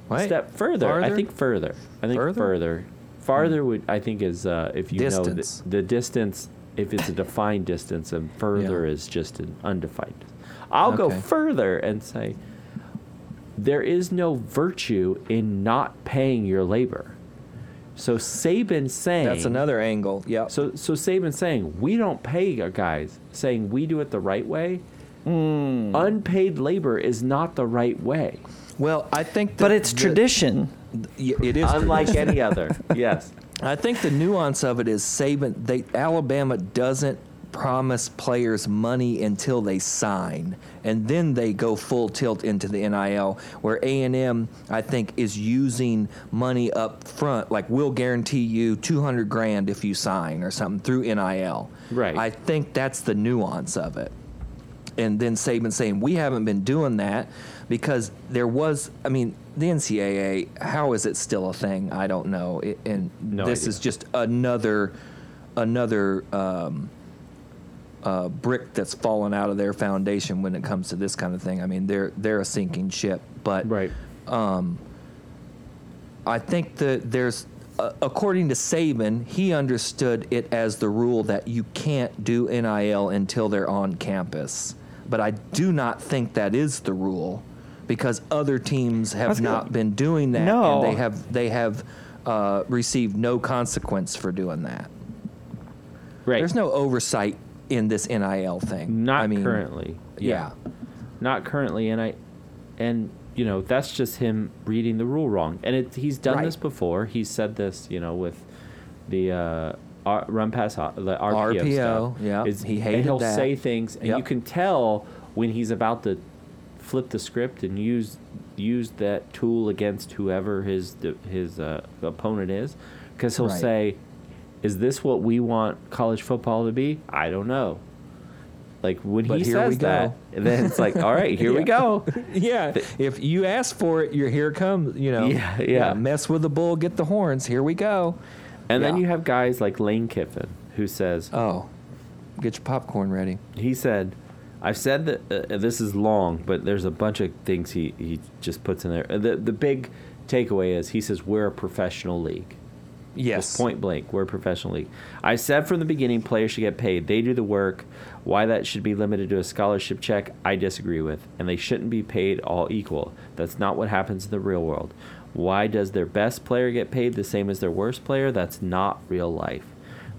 [SPEAKER 2] Wait.
[SPEAKER 1] step further. I
[SPEAKER 2] Farther?
[SPEAKER 1] think further. I think
[SPEAKER 2] Further? Hmm.
[SPEAKER 1] further. Farther would I think is uh, if you know
[SPEAKER 2] Distance.
[SPEAKER 1] the, the distance. If it's a defined distance, and further
[SPEAKER 2] Yeah.
[SPEAKER 1] is just an undefined. I'll go
[SPEAKER 2] Okay.
[SPEAKER 1] further and say there is no virtue in not paying your labor. So Saban saying
[SPEAKER 2] That's another angle. Yeah.
[SPEAKER 1] So so Saban saying we don't pay our guys, saying we do it the right way.
[SPEAKER 3] Mm,
[SPEAKER 2] Hmm.
[SPEAKER 1] Unpaid labor is not the right way.
[SPEAKER 2] Well, I think,
[SPEAKER 3] But it's
[SPEAKER 2] traditional.
[SPEAKER 3] tradition.
[SPEAKER 2] Y- It is.
[SPEAKER 1] Unlike
[SPEAKER 2] tradition.
[SPEAKER 1] any other. Yes.
[SPEAKER 2] I think the nuance of it is Saban. They Alabama doesn't promise players money until they sign, and then they go full tilt into the NIL. Where A and M, I think, is using money up front, like we'll guarantee you two hundred grand if you sign or something through NIL.
[SPEAKER 1] Right.
[SPEAKER 2] I think that's the nuance of it and then Saban saying we haven't been doing that because there was I mean the NCAA how is it still a thing I don't know It- and
[SPEAKER 1] No
[SPEAKER 2] this
[SPEAKER 1] idea.
[SPEAKER 2] is just another another um, uh, brick that's fallen out of their foundation when it comes to this kind of thing I mean they're they're a sinking ship but I think that there's, uh, according to Saban, he understood it as the rule that you can't do NIL until they're on campus. But I do not think that is the rule. because other teams have
[SPEAKER 3] was gonna-
[SPEAKER 2] not been doing that,
[SPEAKER 3] No.
[SPEAKER 2] and they have they have uh, received no consequence for doing that.
[SPEAKER 1] Right.
[SPEAKER 2] There's no oversight in this NIL thing.
[SPEAKER 1] Not
[SPEAKER 2] I mean,
[SPEAKER 1] currently.
[SPEAKER 2] Yeah.
[SPEAKER 1] Not currently, and I, and you know that's just him reading the rule wrong. And it, he's done
[SPEAKER 2] Right.
[SPEAKER 1] this before. He's said this, you know, with the uh, R, run pass o- the RPO,
[SPEAKER 2] RPO,
[SPEAKER 1] stuff.
[SPEAKER 2] yeah,
[SPEAKER 1] It's-
[SPEAKER 2] he
[SPEAKER 1] and
[SPEAKER 2] hated
[SPEAKER 1] he'll
[SPEAKER 2] that.
[SPEAKER 1] say things, and you
[SPEAKER 2] Yep.
[SPEAKER 1] can tell when he's about to flip the script and use use that tool against whoever his his uh, opponent is, because he'll
[SPEAKER 2] Right.
[SPEAKER 1] say, "Is this what we want college football to be? I don't know." Like when
[SPEAKER 2] But
[SPEAKER 1] he
[SPEAKER 2] here
[SPEAKER 1] says
[SPEAKER 2] we go.
[SPEAKER 1] that, then it's like, all right, here we
[SPEAKER 2] Yeah.
[SPEAKER 1] go.
[SPEAKER 2] Yeah, if you ask for it, you're here it comes. You know,
[SPEAKER 1] Yeah, yeah.
[SPEAKER 2] Mess with the bull, get the horns. Here we go.
[SPEAKER 1] And then
[SPEAKER 2] Yeah.
[SPEAKER 1] you have guys like Lane Kiffin who says,
[SPEAKER 2] Oh, get your popcorn ready.
[SPEAKER 1] he said, I've said that uh, this is long, but there's a bunch of things he, he just puts in there. Uh, The, the big takeaway is he says, we're a professional league.
[SPEAKER 2] Yes.
[SPEAKER 1] Point blank, we're a professional league. I said from the beginning, players should get paid. They do the work. Why that should be limited to a scholarship check, I disagree with. And they shouldn't be paid all equal. That's not what happens in the real world. Why does their best player get paid the same as their worst player? That's not real life.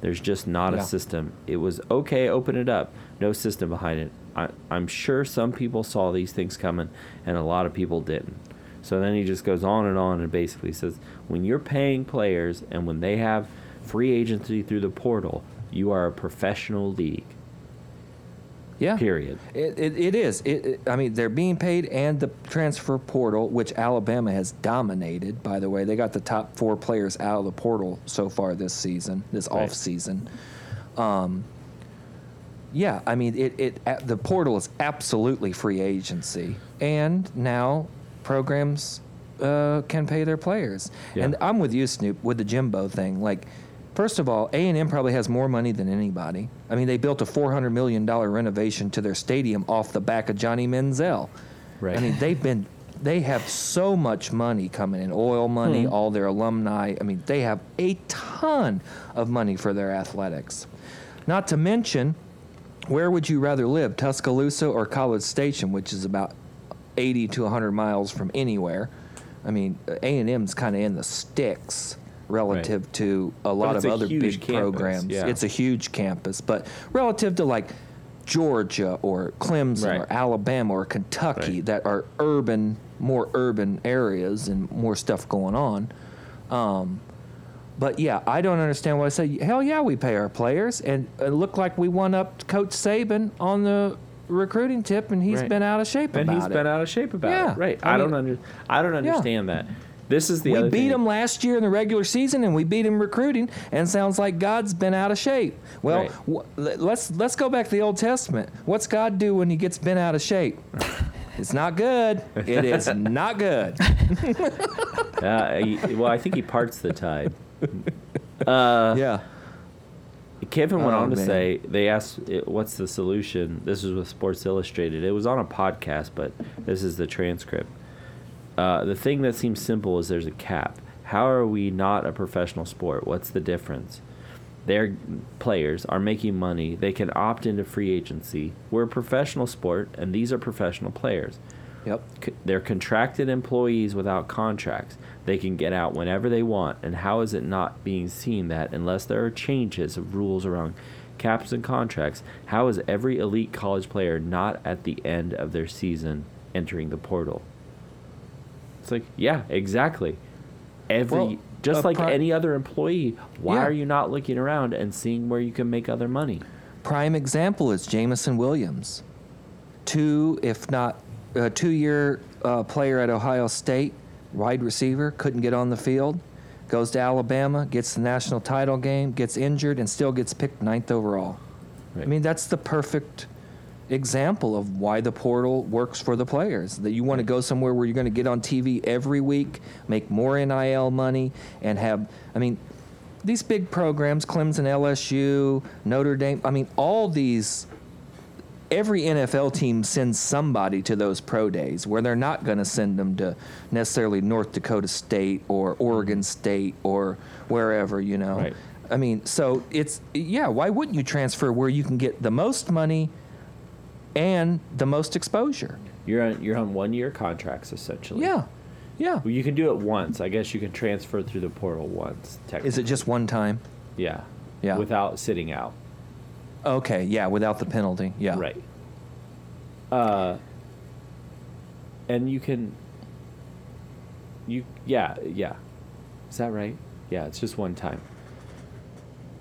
[SPEAKER 1] There's just not
[SPEAKER 2] Yeah.
[SPEAKER 1] a system. It was okay, open it up. No system behind it. I, I'm sure some people saw these things coming, and a lot of people didn't. So then he just goes on and on and basically says when you're paying players and when they have free agency through the portal, you are a professional league.
[SPEAKER 2] Yeah.
[SPEAKER 1] Period.
[SPEAKER 2] It, it, it is. It, it- I mean, they're being paid, and the transfer portal, which Alabama has dominated. By the way, they got the top four players out of the portal so far this season, this
[SPEAKER 1] Right.
[SPEAKER 2] off season. Um, yeah, I mean, it, it a- the portal is absolutely free agency, and now programs uh, can pay their players.
[SPEAKER 1] Yeah.
[SPEAKER 2] And I'm with you, Snoop, with the Jimbo thing. Like, first of all, A and M probably has more money than anybody. I mean, they built a 400 million dollar renovation to their stadium off the back of Johnny Menzel.
[SPEAKER 1] Right.
[SPEAKER 2] I mean, they've been. They have so much money coming in, oil money,
[SPEAKER 1] Hmm.
[SPEAKER 2] all their alumni. I mean, they have a ton of money for their athletics. Not to mention, where would you rather live, Tuscaloosa or College Station, which is about 80 to 100 miles from anywhere? I mean, A&M's kind of in the sticks relative to a lot
[SPEAKER 1] it's
[SPEAKER 2] of
[SPEAKER 1] a
[SPEAKER 2] other
[SPEAKER 1] huge
[SPEAKER 2] big
[SPEAKER 1] campus,
[SPEAKER 2] programs.
[SPEAKER 1] yeah.
[SPEAKER 2] It's a huge campus, but relative to like Georgia or Clemson
[SPEAKER 1] Right.
[SPEAKER 2] or Alabama or Kentucky
[SPEAKER 1] Right.
[SPEAKER 2] that are urban, more urban areas and more stuff going on. Um, but yeah, I don't understand why I say hell yeah we pay our players and it looked like we won up Coach Saban on the recruiting tip and he's
[SPEAKER 1] Right.
[SPEAKER 2] been out of shape
[SPEAKER 1] And
[SPEAKER 2] about
[SPEAKER 1] he's
[SPEAKER 2] it.
[SPEAKER 1] been out of shape about
[SPEAKER 2] Yeah.
[SPEAKER 1] it. Right.
[SPEAKER 2] I
[SPEAKER 1] I, don't
[SPEAKER 2] mean-
[SPEAKER 1] under I don't understand that. This is the
[SPEAKER 2] we
[SPEAKER 1] other
[SPEAKER 2] beat
[SPEAKER 1] thing.
[SPEAKER 2] him last year in the regular season and we beat him recruiting and sounds like god's been out of shape well
[SPEAKER 1] Right.
[SPEAKER 2] wh- le- let's let's go back to the old testament what's god do when he gets bent out of shape it's not good it is not good
[SPEAKER 1] Uh, he- well, I think he parts the tide. Uh,
[SPEAKER 2] yeah
[SPEAKER 1] Kevin went
[SPEAKER 2] Oh,
[SPEAKER 1] on to
[SPEAKER 2] man.
[SPEAKER 1] say they asked it, what's the solution. This is with Sports Illustrated. It was on a podcast, but this is the transcript. Uh, the thing that seems simple is there's a cap. How are we not a professional sport? What's the difference? Their players are making money. They can opt into free agency. We're a professional sport, and these are professional players.
[SPEAKER 2] yep
[SPEAKER 1] C- They're contracted employees without contracts. They can get out whenever they want, and how is it not being seen that unless there are changes of rules around caps and contracts, how is every elite college player not at the end of their season entering the portal? It's like, yeah, exactly. Every
[SPEAKER 2] Well,
[SPEAKER 1] just
[SPEAKER 2] a
[SPEAKER 1] like
[SPEAKER 2] pri-
[SPEAKER 1] any other employee, why
[SPEAKER 2] Yeah.
[SPEAKER 1] are you not looking around and seeing where you can make other money?
[SPEAKER 2] prime example is Jamison Williams, two if not a two-year uh, player at Ohio State, wide receiver, couldn't get on the field, goes to Alabama, gets the national title game, gets injured, and still gets picked ninth overall. I
[SPEAKER 1] Right.
[SPEAKER 2] mean, that's the perfect example of why the portal works for the players. That you want to go somewhere where you're going to get on TV every week, make more NIL money, and have, I mean, these big programs, Clemson, LSU, Notre Dame, I mean, all these, every NFL team sends somebody to those pro days where they're not going to send them to necessarily North Dakota State or Oregon State or wherever, you know.
[SPEAKER 1] Mm-hmm. Right.
[SPEAKER 2] I mean, so it's, yeah, why wouldn't you transfer where you can get the most money and the most exposure?
[SPEAKER 1] You're on you're on one year contracts essentially.
[SPEAKER 2] Yeah. Yeah.
[SPEAKER 1] Well, you can do it once. I guess you can transfer through the portal once. Technically.
[SPEAKER 2] Is it just one time?
[SPEAKER 1] Yeah.
[SPEAKER 2] Yeah.
[SPEAKER 1] Without sitting out.
[SPEAKER 2] Okay, yeah, without the penalty. Yeah.
[SPEAKER 1] Right. Uh. And you can. You yeah yeah, is that right? Yeah, it's just one time.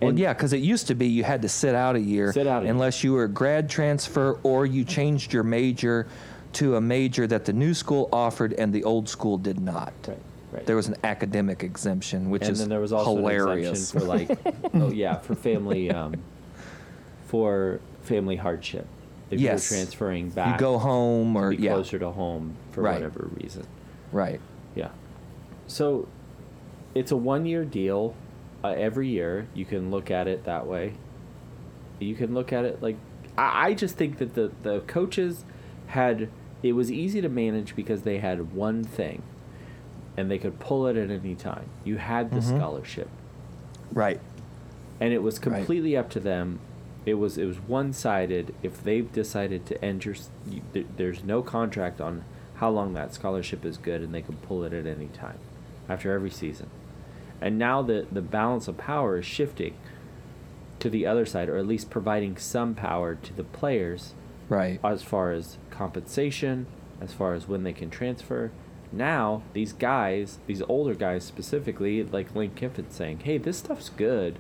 [SPEAKER 2] Well,
[SPEAKER 1] And-
[SPEAKER 2] yeah, because it used to be you had to sit out a year,
[SPEAKER 1] Sit out a year.
[SPEAKER 2] unless you were a grad transfer or you changed your major to a major that the new school offered and the old school did not.
[SPEAKER 1] Right. Right.
[SPEAKER 2] There was an academic exemption, which
[SPEAKER 1] and
[SPEAKER 2] is
[SPEAKER 1] then there was also
[SPEAKER 2] hilarious.
[SPEAKER 1] an exemption for like oh yeah for family um, for family hardship if
[SPEAKER 2] Yes.
[SPEAKER 1] you're transferring back
[SPEAKER 2] you go home or
[SPEAKER 1] to be
[SPEAKER 2] yeah,
[SPEAKER 1] closer to home for
[SPEAKER 2] Right.
[SPEAKER 1] whatever reason
[SPEAKER 2] right,
[SPEAKER 1] yeah so it's a one year deal uh, every year you can look at it that way you can look at it like I, I just think that the the coaches had it was easy to manage because they had one thing and they could pull it at any time you had the
[SPEAKER 2] Mm-hmm.
[SPEAKER 1] scholarship
[SPEAKER 2] right,
[SPEAKER 1] and it was
[SPEAKER 2] Right.
[SPEAKER 1] completely up to them. It was it was one sided. If they've decided to end your, s- you- there- there's no contract on how long that scholarship is good, and they can pull it at any time, after every season. And now the the balance of power is shifting to the other side, or at least providing some power to the players
[SPEAKER 2] right,
[SPEAKER 1] as far as compensation, as far as when they can transfer. Now, these guys, these older guys specifically, like Lane Kiffin's saying, hey, this stuff's good.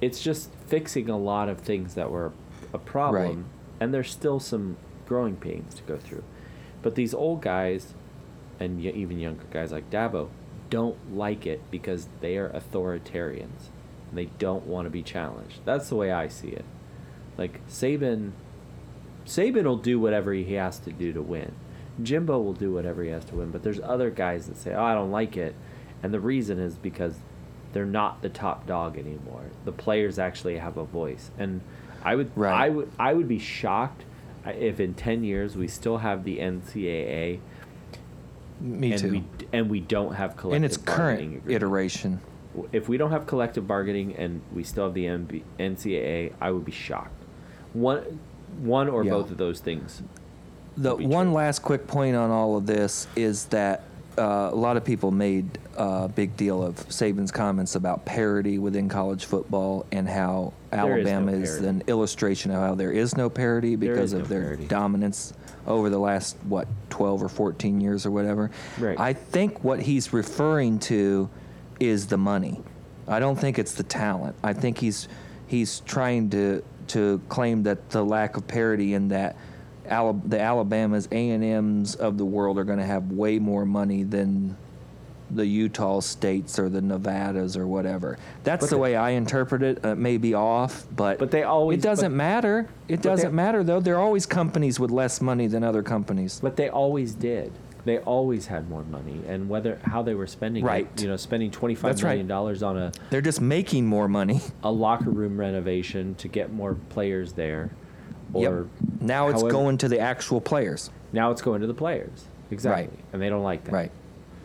[SPEAKER 1] It's just fixing a lot of things that were a problem.
[SPEAKER 2] Right.
[SPEAKER 1] And there's still some growing pains to go through. But these old guys, and y- even younger guys like Dabo, don't like it because they are authoritarians. And they don't want to be challenged. That's the way I see it. Like, Saban Saban will do whatever he has to do to win. Jimbo will do whatever he has to win. But there's other guys that say, "Oh, I don't like it," and the reason is because they're not the top dog anymore. The players actually have a voice, and I would,
[SPEAKER 2] Right.
[SPEAKER 1] I would, I would be shocked uh, if in ten years we still have the NCAA
[SPEAKER 2] me
[SPEAKER 1] and
[SPEAKER 2] too.
[SPEAKER 1] we and we don't have collective
[SPEAKER 2] In its
[SPEAKER 1] bargaining
[SPEAKER 2] current
[SPEAKER 1] agreement.
[SPEAKER 2] iteration,
[SPEAKER 1] If we don't have collective bargaining and we still have the MB, NCAA, I would be shocked. One, one or
[SPEAKER 2] Yeah.
[SPEAKER 1] both of those things
[SPEAKER 2] the
[SPEAKER 1] be
[SPEAKER 2] one
[SPEAKER 1] true.
[SPEAKER 2] last quick point on all of this is that uh, a lot of people made uh, a big deal of Saban's comments about parity within college football and how
[SPEAKER 1] There is no
[SPEAKER 2] Alabama is,
[SPEAKER 1] parity.
[SPEAKER 2] an illustration of how there is no parity
[SPEAKER 1] There
[SPEAKER 2] because
[SPEAKER 1] is no
[SPEAKER 2] of their
[SPEAKER 1] parity.
[SPEAKER 2] dominance over the last what 12 or 14 years or whatever.
[SPEAKER 1] Right.
[SPEAKER 2] I think what he's referring to is the money. I don't think it's the talent. I think he's he's trying to to claim that the lack of parity in that Ala- the Alabamas A and M's of the world are going to have way more money than the Utah states or the Nevadas or whatever. That's the way I interpret it. It may be off, but
[SPEAKER 1] But they always-
[SPEAKER 2] it doesn't
[SPEAKER 1] but-
[SPEAKER 2] matter. It
[SPEAKER 1] they-
[SPEAKER 2] doesn't matter though. There are always companies with less money than other companies.
[SPEAKER 1] But they always did. They always had more money, and whether how they were spending
[SPEAKER 2] Right.
[SPEAKER 1] it, you know, spending twenty five
[SPEAKER 2] That's right.
[SPEAKER 1] million dollars on a,
[SPEAKER 2] They're just making more money.
[SPEAKER 1] a locker room renovation to get more players there, or
[SPEAKER 2] yep. Now it's
[SPEAKER 1] however-
[SPEAKER 2] going to the actual players.
[SPEAKER 1] Now it's going to the players exactly, and they don't like that.
[SPEAKER 2] Right.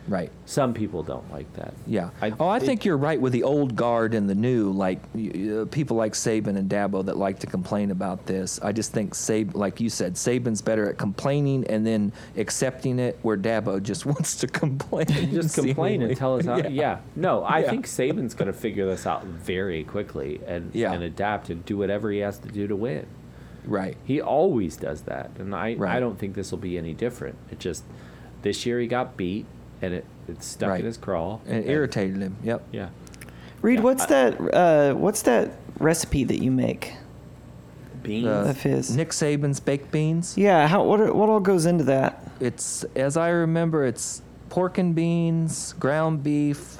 [SPEAKER 2] Right.
[SPEAKER 1] Some people don't like that.
[SPEAKER 2] Yeah.
[SPEAKER 1] I-
[SPEAKER 2] oh, I
[SPEAKER 1] it-
[SPEAKER 2] think you're right with the old guard and the new, like y- uh, people like Saban and Dabo that like to complain about this. I just think Sab, like you said, Saban's better at complaining and then accepting it, where Dabo just wants to complain.
[SPEAKER 1] Just complain
[SPEAKER 2] seemingly.
[SPEAKER 1] and tell us how. Yeah. No, I
[SPEAKER 2] Yeah.
[SPEAKER 1] think Saban's going to figure this out very quickly and
[SPEAKER 2] Yeah.
[SPEAKER 1] and adapt and do whatever he has to do to win.
[SPEAKER 2] Right.
[SPEAKER 1] He always does that, and I, I
[SPEAKER 2] Right.
[SPEAKER 1] don't think this will be any different. It just this year he got beat, and it, it stuck
[SPEAKER 2] Right.
[SPEAKER 1] in his crawl.
[SPEAKER 2] And it irritated him. Yep.
[SPEAKER 1] Yeah,
[SPEAKER 3] Reed,
[SPEAKER 1] Yeah,
[SPEAKER 3] what's
[SPEAKER 1] I-
[SPEAKER 3] that? Uh, what's that recipe that you make?
[SPEAKER 1] beans.
[SPEAKER 2] Uh,
[SPEAKER 3] Of his.
[SPEAKER 2] Nick Saban's baked beans.
[SPEAKER 3] Yeah, how what are, what all goes into that?
[SPEAKER 2] It's as I remember, it's pork and beans, ground beef,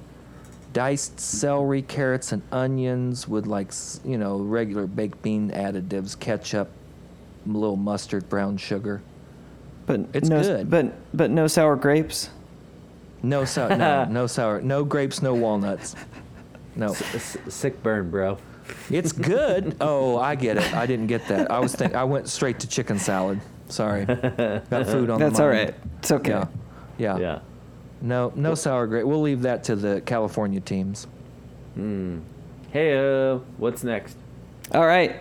[SPEAKER 2] diced celery, carrots, and onions with like s- you know regular baked bean additives, ketchup, a little mustard, brown sugar.
[SPEAKER 3] But
[SPEAKER 2] It's
[SPEAKER 3] no,
[SPEAKER 2] good.
[SPEAKER 3] But but no sour grapes.
[SPEAKER 2] No sour, no, no sour, no grapes, no walnuts. No,
[SPEAKER 1] S- sick burn, bro.
[SPEAKER 2] it's good. Oh, I get it. I didn't get that. I was think I went straight to chicken salad. Sorry, got food on. the
[SPEAKER 3] That's all
[SPEAKER 2] mind.
[SPEAKER 3] right. It's okay.
[SPEAKER 2] Yeah, yeah.
[SPEAKER 1] Yeah,
[SPEAKER 2] No, no sour grape. We'll leave that to the California teams. Hmm.
[SPEAKER 1] hey, uh, what's next?
[SPEAKER 3] All right.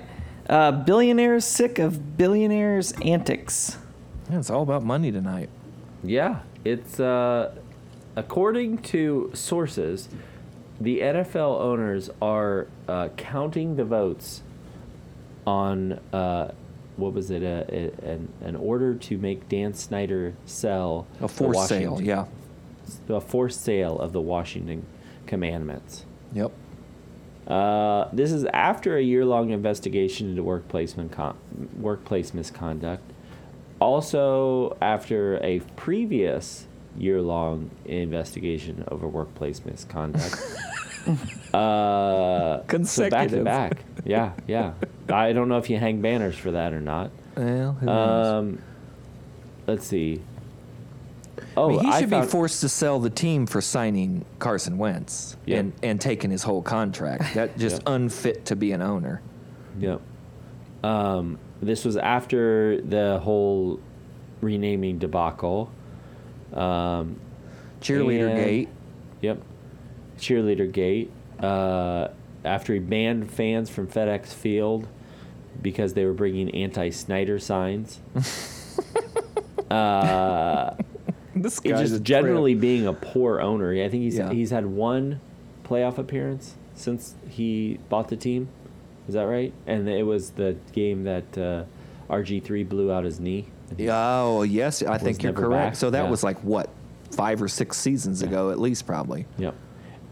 [SPEAKER 3] Uh, billionaires sick of billionaires' antics.
[SPEAKER 2] Yeah, it's all about money tonight.
[SPEAKER 1] Yeah, it's uh, according to sources, the NFL owners are uh, counting the votes on uh, what was it? Uh, a- an, an order to make Dan Snyder sell
[SPEAKER 2] A
[SPEAKER 1] the
[SPEAKER 2] forced sale.
[SPEAKER 1] Washington-
[SPEAKER 2] Yeah.
[SPEAKER 1] a forced sale of the Washington Commandments.
[SPEAKER 2] Yep.
[SPEAKER 1] Uh, this is after a year-long investigation into workplace, con- workplace misconduct. Also, after a previous year-long investigation over workplace misconduct. uh, so back to
[SPEAKER 2] Consecutive.
[SPEAKER 1] back. Yeah, yeah. I don't know if you hang banners for that or not.
[SPEAKER 2] Well, who knows?
[SPEAKER 1] Um, let's see.
[SPEAKER 2] I
[SPEAKER 1] Oh,
[SPEAKER 2] mean, he
[SPEAKER 1] I
[SPEAKER 2] should
[SPEAKER 1] found-
[SPEAKER 2] be forced to sell the team for signing Carson Wentz
[SPEAKER 1] Yeah.
[SPEAKER 2] and, and taking his whole contract. That just
[SPEAKER 1] Yeah.
[SPEAKER 2] unfit to be an owner.
[SPEAKER 1] Yep. Um, this was after the whole renaming debacle. Um,
[SPEAKER 2] Cheerleader
[SPEAKER 1] And-
[SPEAKER 2] gate.
[SPEAKER 1] yep. Cheerleader Gate. Uh, after he banned fans from FedEx Field because they were bringing anti Snyder signs. uh,
[SPEAKER 2] This
[SPEAKER 1] it's just generally being a poor owner. I think he's,
[SPEAKER 2] Yeah.
[SPEAKER 1] he's had one playoff appearance since he bought the team. Is that right? And it was the game that uh, RG3 blew out his knee.
[SPEAKER 2] Oh yes, I think you're
[SPEAKER 1] never
[SPEAKER 2] correct.
[SPEAKER 1] back,
[SPEAKER 2] So that
[SPEAKER 1] yeah.
[SPEAKER 2] was like what five or six seasons ago, at least probably.
[SPEAKER 1] Yep.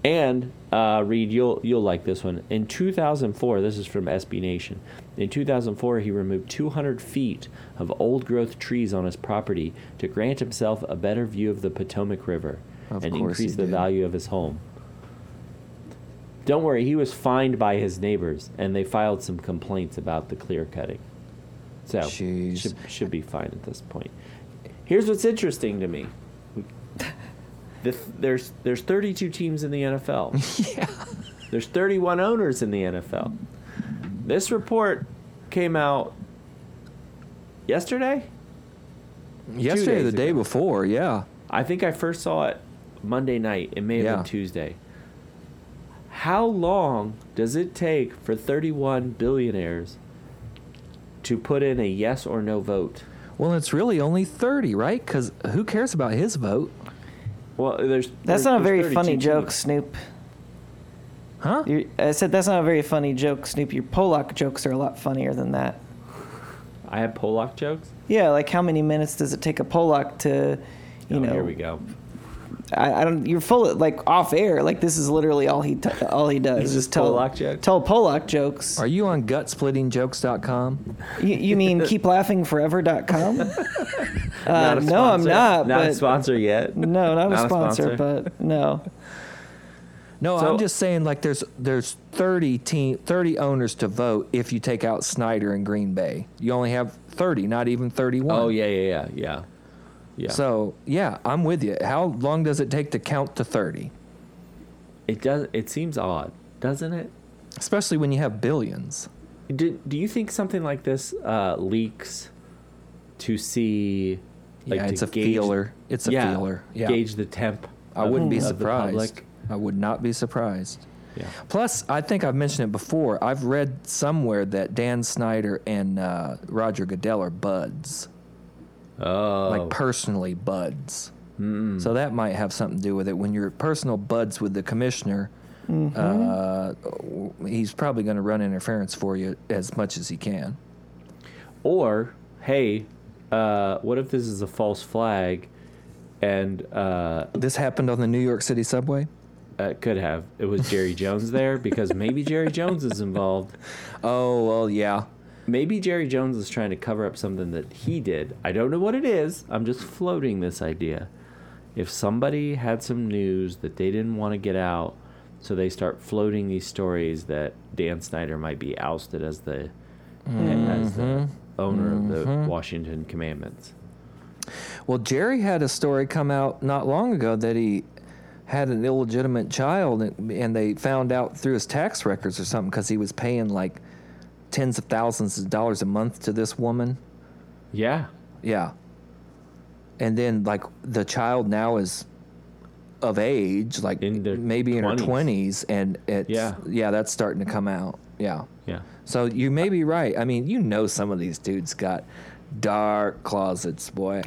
[SPEAKER 1] And uh, Reed, you'll you'll like this one. In 2004, this is from SB Nation. In 2004, he removed 200 feet of old-growth trees on his property to grant himself a better view of the Potomac River
[SPEAKER 2] Of
[SPEAKER 1] and
[SPEAKER 2] course he
[SPEAKER 1] increase the
[SPEAKER 2] did.
[SPEAKER 1] value of his home. Don't worry, he was fined by his neighbors, and they filed some complaints about the clear cutting. So
[SPEAKER 2] Jeez.
[SPEAKER 1] should should be fine at this point. Here's what's interesting to me. The, there's there's 32 teams in the NFL. yeah. There's 31 owners in the NFL. This report came out yesterday.
[SPEAKER 2] Yesterday, or the
[SPEAKER 1] days
[SPEAKER 2] day
[SPEAKER 1] ago.
[SPEAKER 2] before, yeah.
[SPEAKER 1] I think I first saw it Monday night. It may have
[SPEAKER 2] Yeah.
[SPEAKER 1] been Tuesday. How long does it take for 31 billionaires to put in a yes or no vote?
[SPEAKER 2] Well, it's really only thirty, right? Because who cares about his vote,
[SPEAKER 1] Well, there's
[SPEAKER 3] That's
[SPEAKER 1] there's-
[SPEAKER 3] not a
[SPEAKER 1] there's
[SPEAKER 3] very
[SPEAKER 1] 32
[SPEAKER 3] funny
[SPEAKER 1] teams.
[SPEAKER 3] joke, Snoop.
[SPEAKER 2] huh?
[SPEAKER 3] you I said that's not a very funny joke, Snoop. Your Pollock jokes are a lot funnier than that.
[SPEAKER 1] I have Pollock jokes.
[SPEAKER 3] Yeah, like how many minutes does it take a Pollock to, you
[SPEAKER 1] oh,
[SPEAKER 3] know?
[SPEAKER 1] here we go.
[SPEAKER 3] I, I don't. You're full of like off air. Like this is literally all he t- all he does.
[SPEAKER 1] It's
[SPEAKER 3] is
[SPEAKER 1] just Pollock jokes?
[SPEAKER 3] Tell Pollock jokes.
[SPEAKER 2] Are you on gutsplittingjokes.com?
[SPEAKER 3] You, you mean keeplaughingforever.com? Uh,
[SPEAKER 1] Not a
[SPEAKER 3] no, I'm
[SPEAKER 1] sponsor. Not
[SPEAKER 3] not. but
[SPEAKER 1] a sponsor yet.
[SPEAKER 3] No, not,
[SPEAKER 1] Not
[SPEAKER 3] a,
[SPEAKER 1] a
[SPEAKER 3] sponsor,
[SPEAKER 1] sponsor.
[SPEAKER 3] But no,
[SPEAKER 2] No,
[SPEAKER 1] So-
[SPEAKER 2] I'm just saying like there's there's 30 team 30 owners to vote if you take out Snyder and Green Bay. You only have 30, not even 31.
[SPEAKER 1] Oh yeah, yeah, yeah, yeah. Yeah.
[SPEAKER 2] So, yeah, I'm with you. How long does it take to count to 30?
[SPEAKER 1] it does. It seems odd, doesn't it?
[SPEAKER 2] Especially when you have billions.
[SPEAKER 1] Do, do you think something like this uh, leaks to see? Like
[SPEAKER 2] yeah,
[SPEAKER 1] to
[SPEAKER 2] it's a
[SPEAKER 1] gauge-
[SPEAKER 2] feeler. It's a
[SPEAKER 1] yeah,
[SPEAKER 2] feeler. Yeah.
[SPEAKER 1] Gauge the temp.
[SPEAKER 2] I
[SPEAKER 1] of-
[SPEAKER 2] wouldn't be
[SPEAKER 1] of the
[SPEAKER 2] surprised.
[SPEAKER 1] public.
[SPEAKER 2] I would not be surprised.
[SPEAKER 1] Yeah.
[SPEAKER 2] Plus, I think I've mentioned it before. I've read somewhere that Dan Snyder and uh, Roger Goodell are buds,
[SPEAKER 1] Oh.
[SPEAKER 2] like personally buds. So that might have something to do with it. When you're personal buds with the commissioner, uh, w- he's probably going to run interference for you as much as he can.
[SPEAKER 1] or hey, uh, what if this is a false flag? And uh,
[SPEAKER 2] This happened on the New York City subway.
[SPEAKER 1] uh, could have it was Jerry Jones there because maybe Jerry Jones is involved.
[SPEAKER 2] Oh well, yeah.
[SPEAKER 1] Maybe Jerry Jones is trying to cover up something that he did. I don't know what it is. I'm just floating this idea. If somebody had some news that they didn't want to get out, so they start floating these stories that Dan Snyder might be ousted as the as the owner of the Washington Commandments.
[SPEAKER 2] Well, Jerry had a story come out not long ago that he had an illegitimate child, and, and they found out through his tax records or something because he was paying like tens of thousands of dollars a month to this woman.
[SPEAKER 1] Yeah.
[SPEAKER 2] Yeah. And then, like, the child now is of age, like
[SPEAKER 1] In their
[SPEAKER 2] maybe in her
[SPEAKER 1] 20s.
[SPEAKER 2] 20s, and it's,
[SPEAKER 1] Yeah.
[SPEAKER 2] yeah, that's starting to come out. Yeah.
[SPEAKER 1] Yeah.
[SPEAKER 2] So you may be right. I mean, you know, some of these dudes got dark closets, boy.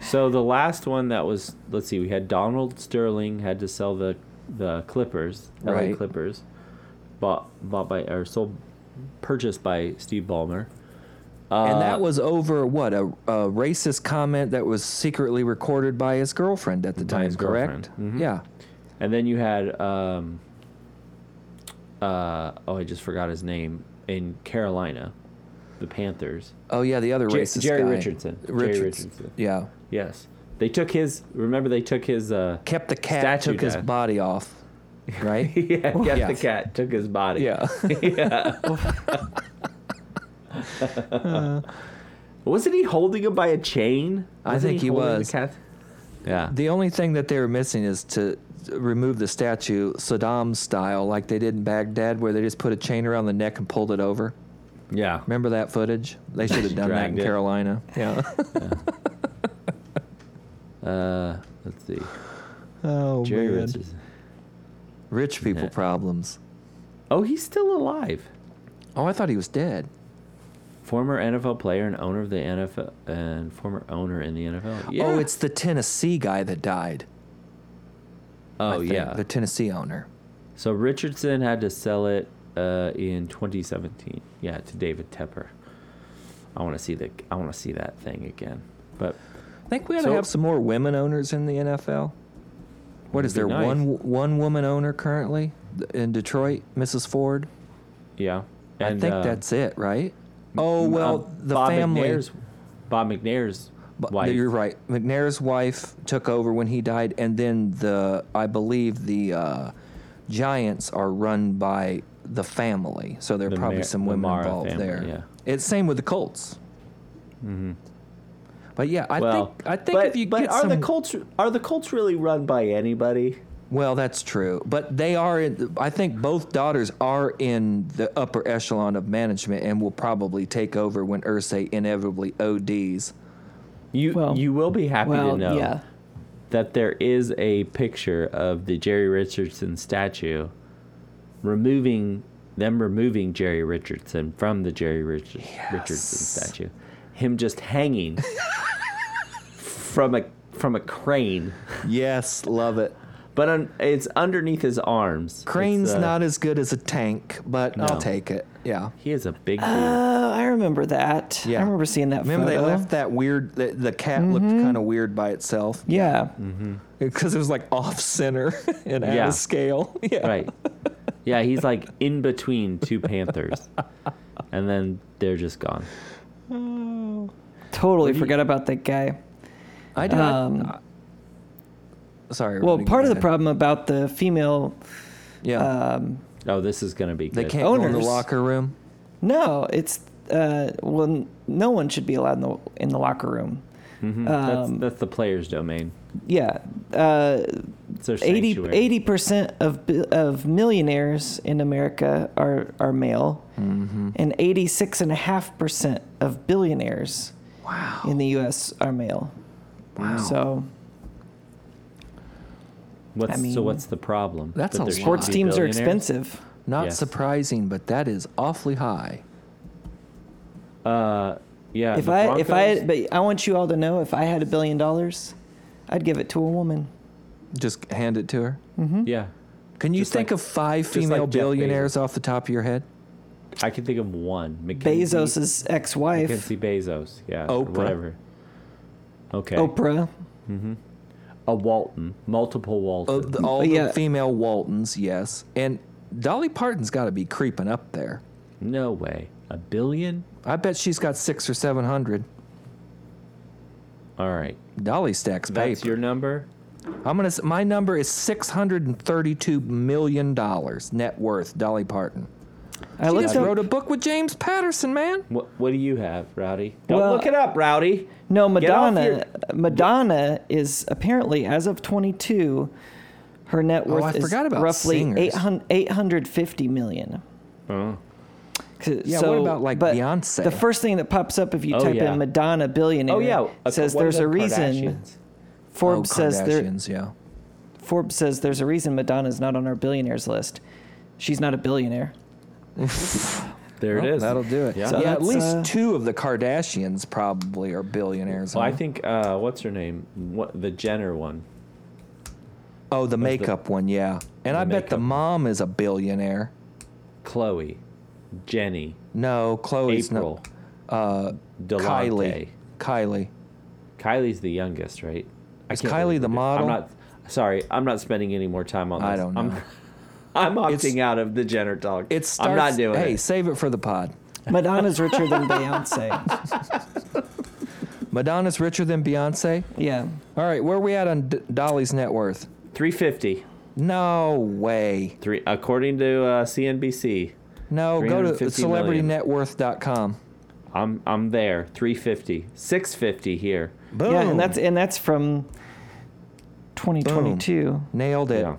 [SPEAKER 1] So the last one that was let's see, we had Donald Sterling had to sell the the Clippers, LA
[SPEAKER 2] Right.
[SPEAKER 1] Clippers, bought bought by or sold purchased by Steve Ballmer.
[SPEAKER 2] and
[SPEAKER 1] Uh,
[SPEAKER 2] that was over what a, a racist comment that was secretly recorded by his girlfriend at the time,
[SPEAKER 1] his
[SPEAKER 2] correct?
[SPEAKER 1] girlfriend, mhm.
[SPEAKER 2] Yeah.
[SPEAKER 1] And then you had um uh oh I just forgot his name in Carolina, the Panthers.
[SPEAKER 2] Oh yeah, the other
[SPEAKER 1] Jer-
[SPEAKER 2] racist
[SPEAKER 1] Jerry
[SPEAKER 2] guy.
[SPEAKER 1] Richardson. Jerry Richardson.
[SPEAKER 2] Yeah,
[SPEAKER 1] Yes. They took his remember they took his uh
[SPEAKER 2] kept the cat,
[SPEAKER 1] Statue
[SPEAKER 2] took his
[SPEAKER 1] down.
[SPEAKER 2] body off, right?
[SPEAKER 1] yeah, kept
[SPEAKER 2] Yeah.
[SPEAKER 1] the cat, took his body.
[SPEAKER 2] Oh, yeah.
[SPEAKER 1] Wasn't he holding him by a chain?
[SPEAKER 2] I
[SPEAKER 1] Wasn't
[SPEAKER 2] think he
[SPEAKER 1] holding the
[SPEAKER 2] was.
[SPEAKER 1] cat? Yeah.
[SPEAKER 2] the only thing that they were missing is to remove the statue Saddam style, like they did in Baghdad, where they just put a chain around the neck and pulled it over.
[SPEAKER 1] yeah.
[SPEAKER 2] Remember that footage? They should have done that in
[SPEAKER 1] Dragged it.
[SPEAKER 2] Carolina. Yeah.
[SPEAKER 1] Uh, let's see.
[SPEAKER 2] oh
[SPEAKER 1] Jerry
[SPEAKER 2] man.
[SPEAKER 1] Richardson.
[SPEAKER 2] Rich people
[SPEAKER 1] Yeah.
[SPEAKER 2] problems.
[SPEAKER 1] Oh, he's still alive.
[SPEAKER 2] Oh, I thought he was dead.
[SPEAKER 1] Former NFL player and owner of the NFL and former owner in the NFL. Yeah.
[SPEAKER 2] Oh, it's the Tennessee guy that died. I
[SPEAKER 1] oh
[SPEAKER 2] think,
[SPEAKER 1] yeah.
[SPEAKER 2] the Tennessee owner.
[SPEAKER 1] So Richardson had to sell it uh, in 2017. Yeah, to David Tepper. I want to see the I want to see that thing again. But
[SPEAKER 2] I think we ought
[SPEAKER 1] So-
[SPEAKER 2] to have some more women owners in the NFL. What is
[SPEAKER 1] Would
[SPEAKER 2] there
[SPEAKER 1] be
[SPEAKER 2] one one woman owner currently in Detroit, Mrs. Ford?
[SPEAKER 1] yeah,
[SPEAKER 2] I think
[SPEAKER 1] uh,
[SPEAKER 2] that's it, right? Oh well,
[SPEAKER 1] um,
[SPEAKER 2] the
[SPEAKER 1] Bob
[SPEAKER 2] family.
[SPEAKER 1] McNair's, Bob McNair's
[SPEAKER 2] But
[SPEAKER 1] wife.
[SPEAKER 2] You're right. McNair's wife took over when he died, and then the I believe the uh, Giants are run by the family, so there are
[SPEAKER 1] The
[SPEAKER 2] probably
[SPEAKER 1] Mar-
[SPEAKER 2] some
[SPEAKER 1] the
[SPEAKER 2] women
[SPEAKER 1] Mara
[SPEAKER 2] involved
[SPEAKER 1] family,
[SPEAKER 2] there.
[SPEAKER 1] yeah.
[SPEAKER 2] It's same with the Colts. Mm-hmm. But yeah, I
[SPEAKER 1] well,
[SPEAKER 2] think I think
[SPEAKER 1] but,
[SPEAKER 2] if you
[SPEAKER 1] but
[SPEAKER 2] get
[SPEAKER 1] are the
[SPEAKER 2] some-
[SPEAKER 1] Colts are the Colts really run by anybody?
[SPEAKER 2] well, that's true. But they are. In, I think both daughters are in the upper echelon of management, and will probably take over when Ursay inevitably ODs.
[SPEAKER 1] You
[SPEAKER 3] Well-
[SPEAKER 1] you will be happy
[SPEAKER 3] well,
[SPEAKER 1] to know
[SPEAKER 3] yeah.
[SPEAKER 1] that there is a picture of the Jerry Richardson statue removing them removing Jerry Richardson from the Jerry Rich- Richardson statue. Him just hanging from a from a crane,
[SPEAKER 2] Yes, love it.
[SPEAKER 1] but un, it's underneath his arms.
[SPEAKER 2] Crane's
[SPEAKER 1] It's, uh,
[SPEAKER 2] not as good as a tank, but
[SPEAKER 1] No.
[SPEAKER 2] I'll take it. Yeah.
[SPEAKER 1] He is a big dude.
[SPEAKER 2] Uh,
[SPEAKER 3] Oh, I remember that.
[SPEAKER 2] Yeah.
[SPEAKER 3] I remember seeing that
[SPEAKER 2] Remember
[SPEAKER 3] photo. Mm-hmm.
[SPEAKER 2] they left that weird the, the cat looked kind of weird by itself
[SPEAKER 3] Yeah.
[SPEAKER 2] Hmm. because it was like off center and out
[SPEAKER 1] Yeah.
[SPEAKER 2] of scale. Yeah.
[SPEAKER 1] right. Yeah, he's like in between two panthers, and then they're just gone.
[SPEAKER 3] Totally forgot about that guy.
[SPEAKER 2] I did. uh,
[SPEAKER 3] Um,
[SPEAKER 2] sorry.
[SPEAKER 3] Well,
[SPEAKER 2] Rudy,
[SPEAKER 3] part
[SPEAKER 2] go
[SPEAKER 3] of
[SPEAKER 2] ahead.
[SPEAKER 3] the problem about the female,
[SPEAKER 2] Yeah.
[SPEAKER 1] Oh, this is gonna be
[SPEAKER 2] they
[SPEAKER 1] good.
[SPEAKER 2] can't go in the
[SPEAKER 3] owners-
[SPEAKER 2] locker room.
[SPEAKER 3] no, it's uh, well, n- no one should be allowed in the in the locker room.
[SPEAKER 1] Mm,
[SPEAKER 3] um,
[SPEAKER 1] That's, that's the player's domain.
[SPEAKER 3] Yeah, uh,
[SPEAKER 1] It's their 80,
[SPEAKER 3] 80 percent of bi- of millionaires in America are are male,
[SPEAKER 2] Mm-hmm.
[SPEAKER 3] and eighty six and a half percent of billionaires
[SPEAKER 2] Wow.
[SPEAKER 3] in the U.S. are male.
[SPEAKER 2] Wow.
[SPEAKER 3] So
[SPEAKER 1] What's,
[SPEAKER 3] I
[SPEAKER 1] so
[SPEAKER 3] mean,
[SPEAKER 1] what's the problem?
[SPEAKER 2] that's
[SPEAKER 1] That
[SPEAKER 2] a
[SPEAKER 1] there should
[SPEAKER 3] sports
[SPEAKER 1] be
[SPEAKER 3] teams are
[SPEAKER 1] billionaires?
[SPEAKER 3] expensive.
[SPEAKER 2] Not
[SPEAKER 1] Yes.
[SPEAKER 2] surprising, but that is awfully high.
[SPEAKER 1] Uh, yeah.
[SPEAKER 3] If
[SPEAKER 1] the
[SPEAKER 3] I if I
[SPEAKER 1] Broncos-
[SPEAKER 3] but I want you all to know if I had a billion dollars, I'd give it to a woman.
[SPEAKER 2] Just hand it to her.
[SPEAKER 3] Mm-hmm.
[SPEAKER 1] yeah,
[SPEAKER 2] Can you
[SPEAKER 1] Just
[SPEAKER 2] think
[SPEAKER 1] like-
[SPEAKER 2] of five
[SPEAKER 1] like
[SPEAKER 2] female
[SPEAKER 1] Jeff
[SPEAKER 2] billionaires off the top of your head?
[SPEAKER 1] I can think of one. Mackenzie,
[SPEAKER 3] Bezos's ex-wife,
[SPEAKER 1] Mackenzie Bezos. Yeah. or
[SPEAKER 2] Oprah.
[SPEAKER 1] Whatever. Okay.
[SPEAKER 3] Oprah.
[SPEAKER 1] A Walton. Multiple Walton.
[SPEAKER 2] Oh, the, all
[SPEAKER 3] Yeah.
[SPEAKER 2] the female Waltons, yes. And Dolly Parton's got to be creeping up there.
[SPEAKER 1] no way. A billion.
[SPEAKER 2] I bet she's got six or seven hundred.
[SPEAKER 1] All right.
[SPEAKER 2] Dolly stacks
[SPEAKER 1] That's
[SPEAKER 2] paper.
[SPEAKER 1] your number.
[SPEAKER 2] I'm gonna. s- My number is six hundred and thirty-two million dollars net worth. Dolly Parton.
[SPEAKER 3] I
[SPEAKER 2] She
[SPEAKER 3] looked
[SPEAKER 2] just
[SPEAKER 3] up.
[SPEAKER 2] wrote a book with James Patterson, man.
[SPEAKER 1] What What do you have, Rowdy? Don't
[SPEAKER 3] Well-
[SPEAKER 1] look it up, Rowdy.
[SPEAKER 3] no,
[SPEAKER 1] Get off
[SPEAKER 3] Madonna.
[SPEAKER 1] your-
[SPEAKER 3] Madonna is apparently as of 22, her net worth
[SPEAKER 2] Oh, I
[SPEAKER 3] is
[SPEAKER 2] forgot about
[SPEAKER 3] roughly
[SPEAKER 2] singers.
[SPEAKER 3] 800, 850 million.
[SPEAKER 1] Oh.
[SPEAKER 3] C-
[SPEAKER 2] Yeah, what about, like,
[SPEAKER 3] but
[SPEAKER 2] Beyonce?
[SPEAKER 3] The first thing that pops up if you
[SPEAKER 1] Oh,
[SPEAKER 3] type
[SPEAKER 1] yeah.
[SPEAKER 3] in Madonna billionaire
[SPEAKER 1] Oh yeah. A-
[SPEAKER 3] says
[SPEAKER 1] one of
[SPEAKER 3] there's
[SPEAKER 1] the
[SPEAKER 3] a reason
[SPEAKER 1] Kardashians.
[SPEAKER 3] Forbes
[SPEAKER 2] oh,
[SPEAKER 3] says there
[SPEAKER 2] Kardashians, yeah.
[SPEAKER 3] Forbes says there's a reason Madonna's not on our billionaires list. She's not a billionaire.
[SPEAKER 1] There it
[SPEAKER 2] Well,
[SPEAKER 1] is.
[SPEAKER 2] That'll do it.
[SPEAKER 1] Yeah.
[SPEAKER 2] Yeah,
[SPEAKER 1] So
[SPEAKER 2] at
[SPEAKER 3] that's,
[SPEAKER 2] least
[SPEAKER 3] uh,
[SPEAKER 2] two of the Kardashians probably are billionaires.
[SPEAKER 1] Well, I
[SPEAKER 2] huh?
[SPEAKER 1] think uh, what's her name? What the Jenner one?
[SPEAKER 2] oh, the makeup one, yeah. And I bet the
[SPEAKER 1] makeup.
[SPEAKER 2] mom is a billionaire.
[SPEAKER 1] Chloe, Jenny,
[SPEAKER 2] No, Chloe's
[SPEAKER 1] April,
[SPEAKER 2] not. Uh,
[SPEAKER 1] Delonte.
[SPEAKER 2] Kylie. Kylie.
[SPEAKER 1] Kylie's the youngest, right? I
[SPEAKER 2] Is
[SPEAKER 1] can't
[SPEAKER 2] Kylie
[SPEAKER 1] believe
[SPEAKER 2] the
[SPEAKER 1] it.
[SPEAKER 2] model?
[SPEAKER 1] I'm not. Sorry, I'm not spending any more time on this.
[SPEAKER 2] I don't know.
[SPEAKER 1] I'm, I'm opting
[SPEAKER 2] It's-
[SPEAKER 1] out of the Jenner talk.
[SPEAKER 2] It starts,
[SPEAKER 1] I'm not doing
[SPEAKER 2] Hey,
[SPEAKER 1] it.
[SPEAKER 2] save it for the pod.
[SPEAKER 3] Madonna's richer than Beyonce.
[SPEAKER 2] Madonna's richer than Beyonce.
[SPEAKER 3] Yeah.
[SPEAKER 2] All right, where are we at on D- Dolly's net worth?
[SPEAKER 1] 350.
[SPEAKER 2] No way.
[SPEAKER 1] Three, according to uh, CNBC,
[SPEAKER 2] No, go to
[SPEAKER 1] 350 million.
[SPEAKER 2] celebritynetworth.com.
[SPEAKER 1] I'm I'm there. 350, 650 here.
[SPEAKER 2] Boom.
[SPEAKER 3] Yeah, and that's and that's from 2022.
[SPEAKER 2] nailed it.
[SPEAKER 1] Yeah.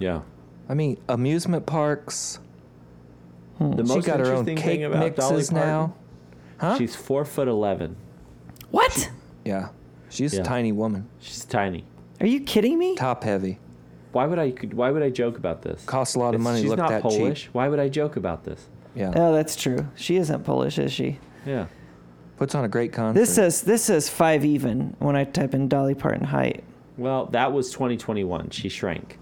[SPEAKER 1] Yeah.
[SPEAKER 2] I mean, amusement parks.
[SPEAKER 3] Hmm.
[SPEAKER 1] The
[SPEAKER 2] she got her own cake mixes now. Huh?
[SPEAKER 1] She's four foot eleven.
[SPEAKER 3] What?
[SPEAKER 2] yeah, she's
[SPEAKER 1] Yeah.
[SPEAKER 2] a tiny woman,
[SPEAKER 1] She's tiny.
[SPEAKER 3] Are you kidding me?
[SPEAKER 2] top heavy.
[SPEAKER 1] Why would I? Why would I joke about this?
[SPEAKER 2] Costs a lot of
[SPEAKER 1] It's-
[SPEAKER 2] money to
[SPEAKER 1] She's
[SPEAKER 2] look
[SPEAKER 1] not
[SPEAKER 2] that cheap.
[SPEAKER 1] Polish. Why would I joke about this?
[SPEAKER 2] Yeah,
[SPEAKER 3] Oh, that's true. She isn't Polish, is she?
[SPEAKER 1] Yeah.
[SPEAKER 2] puts on a great concert.
[SPEAKER 3] This says this says five even when I type in Dolly Parton height.
[SPEAKER 1] Well, that was 2021. She shrank.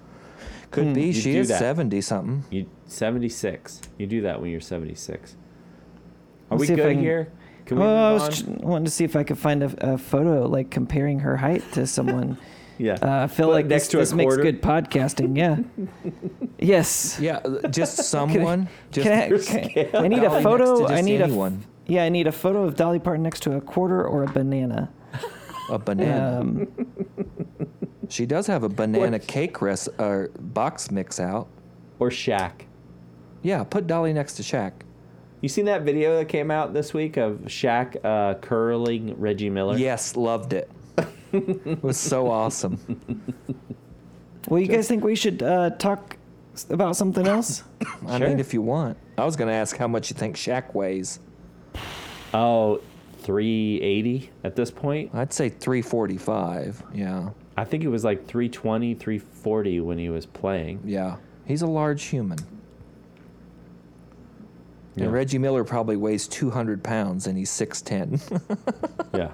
[SPEAKER 2] could be she
[SPEAKER 1] do
[SPEAKER 2] is
[SPEAKER 1] that.
[SPEAKER 2] seventy something.
[SPEAKER 1] You 76. You do that when you're 76. Are
[SPEAKER 3] Let's see
[SPEAKER 1] we
[SPEAKER 3] if I
[SPEAKER 1] good
[SPEAKER 3] can-
[SPEAKER 1] here? Can we
[SPEAKER 3] Well, Oh, I
[SPEAKER 1] move
[SPEAKER 3] was
[SPEAKER 1] on?
[SPEAKER 3] tr- wanting to see if I could find a, a photo like comparing her height to someone.
[SPEAKER 1] yeah.
[SPEAKER 3] Uh, I feel
[SPEAKER 1] But
[SPEAKER 3] like
[SPEAKER 1] next
[SPEAKER 3] this,
[SPEAKER 1] to a
[SPEAKER 3] this makes
[SPEAKER 1] quarter.
[SPEAKER 3] good podcasting. Yeah. yes.
[SPEAKER 2] Yeah, Uh, just someone. just
[SPEAKER 3] Can I, can- I need a
[SPEAKER 2] Dolly
[SPEAKER 3] photo.
[SPEAKER 2] next to
[SPEAKER 3] I
[SPEAKER 2] just
[SPEAKER 3] need a.
[SPEAKER 2] anyone.
[SPEAKER 3] f- Yeah, I need a photo of Dolly Parton next to a quarter or a banana.
[SPEAKER 2] a banana.
[SPEAKER 3] Um,
[SPEAKER 2] she does have a banana cake res- or box mix out.
[SPEAKER 1] or Shaq.
[SPEAKER 2] Yeah, put Dolly next to Shaq.
[SPEAKER 1] You seen that video that came out this week of Shaq uh, curling Reggie Miller?
[SPEAKER 2] Yes, loved it. it was so awesome.
[SPEAKER 3] well, you guys think we should uh, talk s- about something else?
[SPEAKER 2] I
[SPEAKER 1] Sure.
[SPEAKER 2] mean, if you want, I was going to ask how much you think Shaq weighs.
[SPEAKER 1] Oh, 380 at this point.
[SPEAKER 2] I'd say 345. Yeah.
[SPEAKER 1] I think it was like 320, 340 when he was playing.
[SPEAKER 2] Yeah. He's a large human.
[SPEAKER 1] Yeah.
[SPEAKER 2] And Reggie Miller probably weighs 200 pounds and he's 6'10.
[SPEAKER 1] yeah.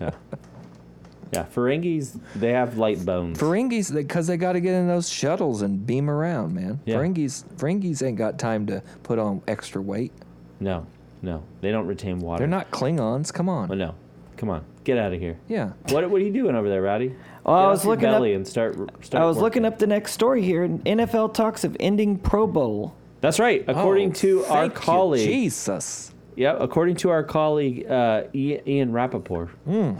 [SPEAKER 1] Yeah. Yeah. Ferengis, they have light bones.
[SPEAKER 2] Ferengis, because they got to get in those shuttles and beam around, man.
[SPEAKER 1] Yeah.
[SPEAKER 2] Ferengis, Ferengis ain't got time to put on extra weight.
[SPEAKER 1] no, no. They don't retain water.
[SPEAKER 2] They're not Klingons. Come
[SPEAKER 1] Oh,
[SPEAKER 2] on.
[SPEAKER 1] no. Come on. Get out of here.
[SPEAKER 2] Yeah.
[SPEAKER 1] What, what are you doing over there, Rowdy?
[SPEAKER 3] Well, I
[SPEAKER 1] Get
[SPEAKER 3] was
[SPEAKER 1] off your
[SPEAKER 3] looking up-
[SPEAKER 1] belly and start, start
[SPEAKER 3] I was looking
[SPEAKER 1] working.
[SPEAKER 3] up the next story here. and NFL talks of ending Pro Bowl.
[SPEAKER 1] That's right. According
[SPEAKER 2] Oh,
[SPEAKER 1] to our
[SPEAKER 2] thank you,
[SPEAKER 1] colleague.
[SPEAKER 2] Jesus.
[SPEAKER 1] Yeah, according to our colleague uh, I- Ian Rappaport. Uh,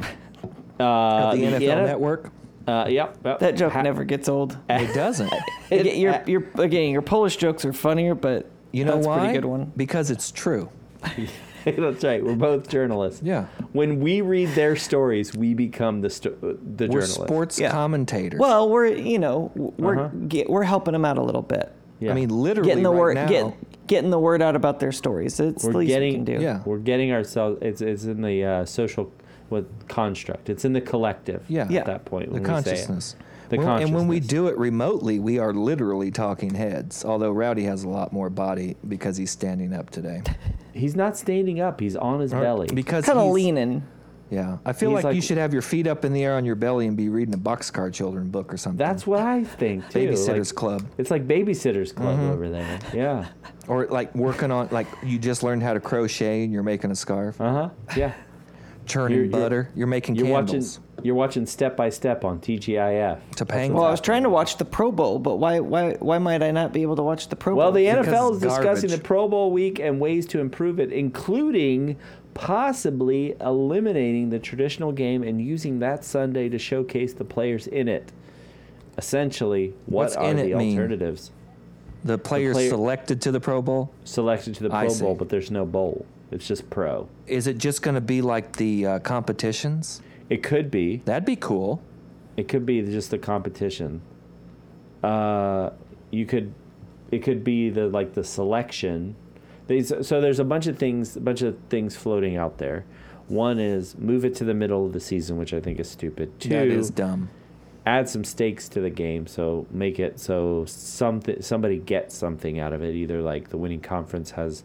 [SPEAKER 2] Hmm. the NFL
[SPEAKER 1] N-
[SPEAKER 2] Network?
[SPEAKER 1] Uh, yep, yep.
[SPEAKER 3] That joke
[SPEAKER 1] Ha-
[SPEAKER 3] never gets old.
[SPEAKER 2] It doesn't.
[SPEAKER 3] Again, your, your, again, your Polish jokes are funnier, but
[SPEAKER 2] You know
[SPEAKER 3] that's
[SPEAKER 2] why?
[SPEAKER 3] a pretty good one.
[SPEAKER 2] Because it's true.
[SPEAKER 1] That's right. We're both journalists.
[SPEAKER 2] Yeah.
[SPEAKER 1] When we read their stories, we become the sto- uh, the
[SPEAKER 2] We're
[SPEAKER 1] journalist.
[SPEAKER 2] sports
[SPEAKER 3] Yeah.
[SPEAKER 2] commentators.
[SPEAKER 3] Well, we're you know w- we're
[SPEAKER 1] Uh-huh.
[SPEAKER 3] get, we're helping them out a little bit,
[SPEAKER 1] Yeah.
[SPEAKER 2] I mean, literally
[SPEAKER 3] getting the
[SPEAKER 2] right
[SPEAKER 3] word
[SPEAKER 2] now.
[SPEAKER 3] get, getting the word out about their stories. It's the
[SPEAKER 1] We're
[SPEAKER 3] least
[SPEAKER 1] getting-
[SPEAKER 3] we can do.
[SPEAKER 2] yeah.
[SPEAKER 1] we're getting ourselves. It's it's in the uh, social what construct. It's in the collective.
[SPEAKER 2] Yeah.
[SPEAKER 1] At
[SPEAKER 2] Yeah.
[SPEAKER 1] that point, when
[SPEAKER 2] the
[SPEAKER 1] we say it.
[SPEAKER 2] consciousness.
[SPEAKER 1] The
[SPEAKER 2] Well, And when we
[SPEAKER 1] consciousness.
[SPEAKER 2] do it remotely, we are literally talking heads. Although Rowdy has a lot more body because he's standing up today.
[SPEAKER 1] He's not standing up. He's on his belly.
[SPEAKER 2] Because
[SPEAKER 3] Kind of
[SPEAKER 2] he's-
[SPEAKER 3] leaning.
[SPEAKER 2] Yeah, I feel
[SPEAKER 1] He's
[SPEAKER 2] like,
[SPEAKER 1] like-
[SPEAKER 2] you should have your feet up in the air on your belly and be reading a Boxcar Children book or something.
[SPEAKER 1] That's what I think too.
[SPEAKER 2] Babysitters
[SPEAKER 1] Like,
[SPEAKER 2] Club, Mm-hmm.
[SPEAKER 1] It's like Babysitters Club over there. Yeah.
[SPEAKER 2] or like working on like you just learned how to crochet and you're making a scarf,
[SPEAKER 1] Uh huh. Yeah.
[SPEAKER 2] churning
[SPEAKER 1] you're- you're-
[SPEAKER 2] butter, you're, making
[SPEAKER 1] You're
[SPEAKER 2] candles.
[SPEAKER 1] watching. You're watching Step by Step on TGIF.
[SPEAKER 2] Topanga.
[SPEAKER 3] Well, I was trying to watch the Pro Bowl, but why why why might I not be able to watch the Pro
[SPEAKER 1] Well, the
[SPEAKER 3] Bowl?
[SPEAKER 2] Because
[SPEAKER 1] NFL is
[SPEAKER 2] it's
[SPEAKER 1] discussing the
[SPEAKER 2] garbage.
[SPEAKER 1] Pro Bowl week and ways to improve it, including possibly eliminating the traditional game and using that Sunday to showcase the players in it. Essentially, what
[SPEAKER 2] What's
[SPEAKER 1] are
[SPEAKER 2] in
[SPEAKER 1] the
[SPEAKER 2] it mean?
[SPEAKER 1] alternatives
[SPEAKER 2] the players
[SPEAKER 1] player-
[SPEAKER 2] selected to the Pro Bowl.
[SPEAKER 1] selected to the
[SPEAKER 2] I
[SPEAKER 1] Pro
[SPEAKER 2] see.
[SPEAKER 1] Bowl? But there's no bowl. It's just pro.
[SPEAKER 2] Is it just going to be like the uh, competitions?
[SPEAKER 1] It could be.
[SPEAKER 2] That'd be cool.
[SPEAKER 1] It could be just the competition. Uh, you could, it could be the like the selection. These so there's a bunch of things, a bunch of things floating out there. One is move it to the middle of the season, which I think is stupid. Two
[SPEAKER 2] That is dumb.
[SPEAKER 1] add some stakes to the game. So make it so something somebody gets something out of it. Either like the winning conference has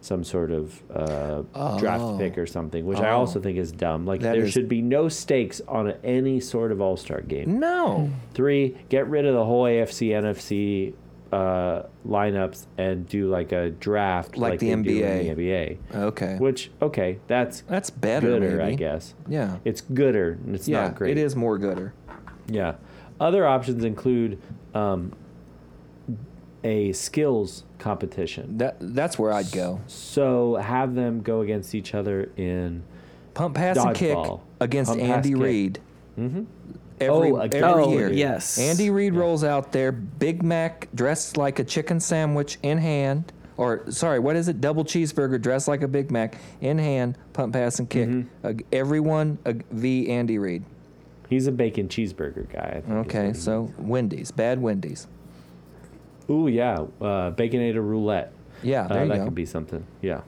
[SPEAKER 1] some sort of uh,
[SPEAKER 2] Oh.
[SPEAKER 1] draft pick or something, which I
[SPEAKER 2] Oh.
[SPEAKER 1] also think is dumb. Like
[SPEAKER 2] That
[SPEAKER 1] there
[SPEAKER 2] is-
[SPEAKER 1] should be no stakes on any sort of All Star game.
[SPEAKER 2] No.
[SPEAKER 1] Three, get rid of the whole AFC NFC uh, lineups and do like a draft
[SPEAKER 2] Like the
[SPEAKER 1] they do in
[SPEAKER 2] NBA.
[SPEAKER 1] the NBA.
[SPEAKER 2] Hmm. Okay.
[SPEAKER 1] Which okay, that's
[SPEAKER 2] That's better.
[SPEAKER 1] gooder, I
[SPEAKER 2] maybe.
[SPEAKER 1] guess.
[SPEAKER 2] Yeah.
[SPEAKER 1] It's gooder. and It's
[SPEAKER 2] yeah.
[SPEAKER 1] not great.
[SPEAKER 2] It is more gooder.
[SPEAKER 1] Yeah. Other options include um, a skills competition.
[SPEAKER 2] That that's where I'd go.
[SPEAKER 1] So have them go against each other in.
[SPEAKER 2] Pump pass and kick
[SPEAKER 1] Dodgeball.
[SPEAKER 2] against
[SPEAKER 1] Pump, pass,
[SPEAKER 2] Andy
[SPEAKER 1] kick. Mm-hmm.
[SPEAKER 2] Reid. Every,
[SPEAKER 1] Oh, against
[SPEAKER 2] every
[SPEAKER 1] Andy
[SPEAKER 2] year.
[SPEAKER 1] Reid.
[SPEAKER 3] yes.
[SPEAKER 2] Andy Reid rolls out there, Big Mac dressed like a chicken sandwich in hand, or sorry, what is it? Double cheeseburger dressed like a Big Mac in hand, pump pass and kick.
[SPEAKER 1] Mm-hmm.
[SPEAKER 2] Ag- everyone ag- v Andy Reid.
[SPEAKER 1] He's a bacon cheeseburger guy. I think is what
[SPEAKER 2] Okay,
[SPEAKER 1] he-
[SPEAKER 2] so Wendy's, bad Wendy's. Oh.
[SPEAKER 1] Ooh yeah, uh, baconator roulette.
[SPEAKER 2] Yeah, there
[SPEAKER 1] uh,
[SPEAKER 2] you
[SPEAKER 1] that
[SPEAKER 2] go.
[SPEAKER 1] could be something. Yeah,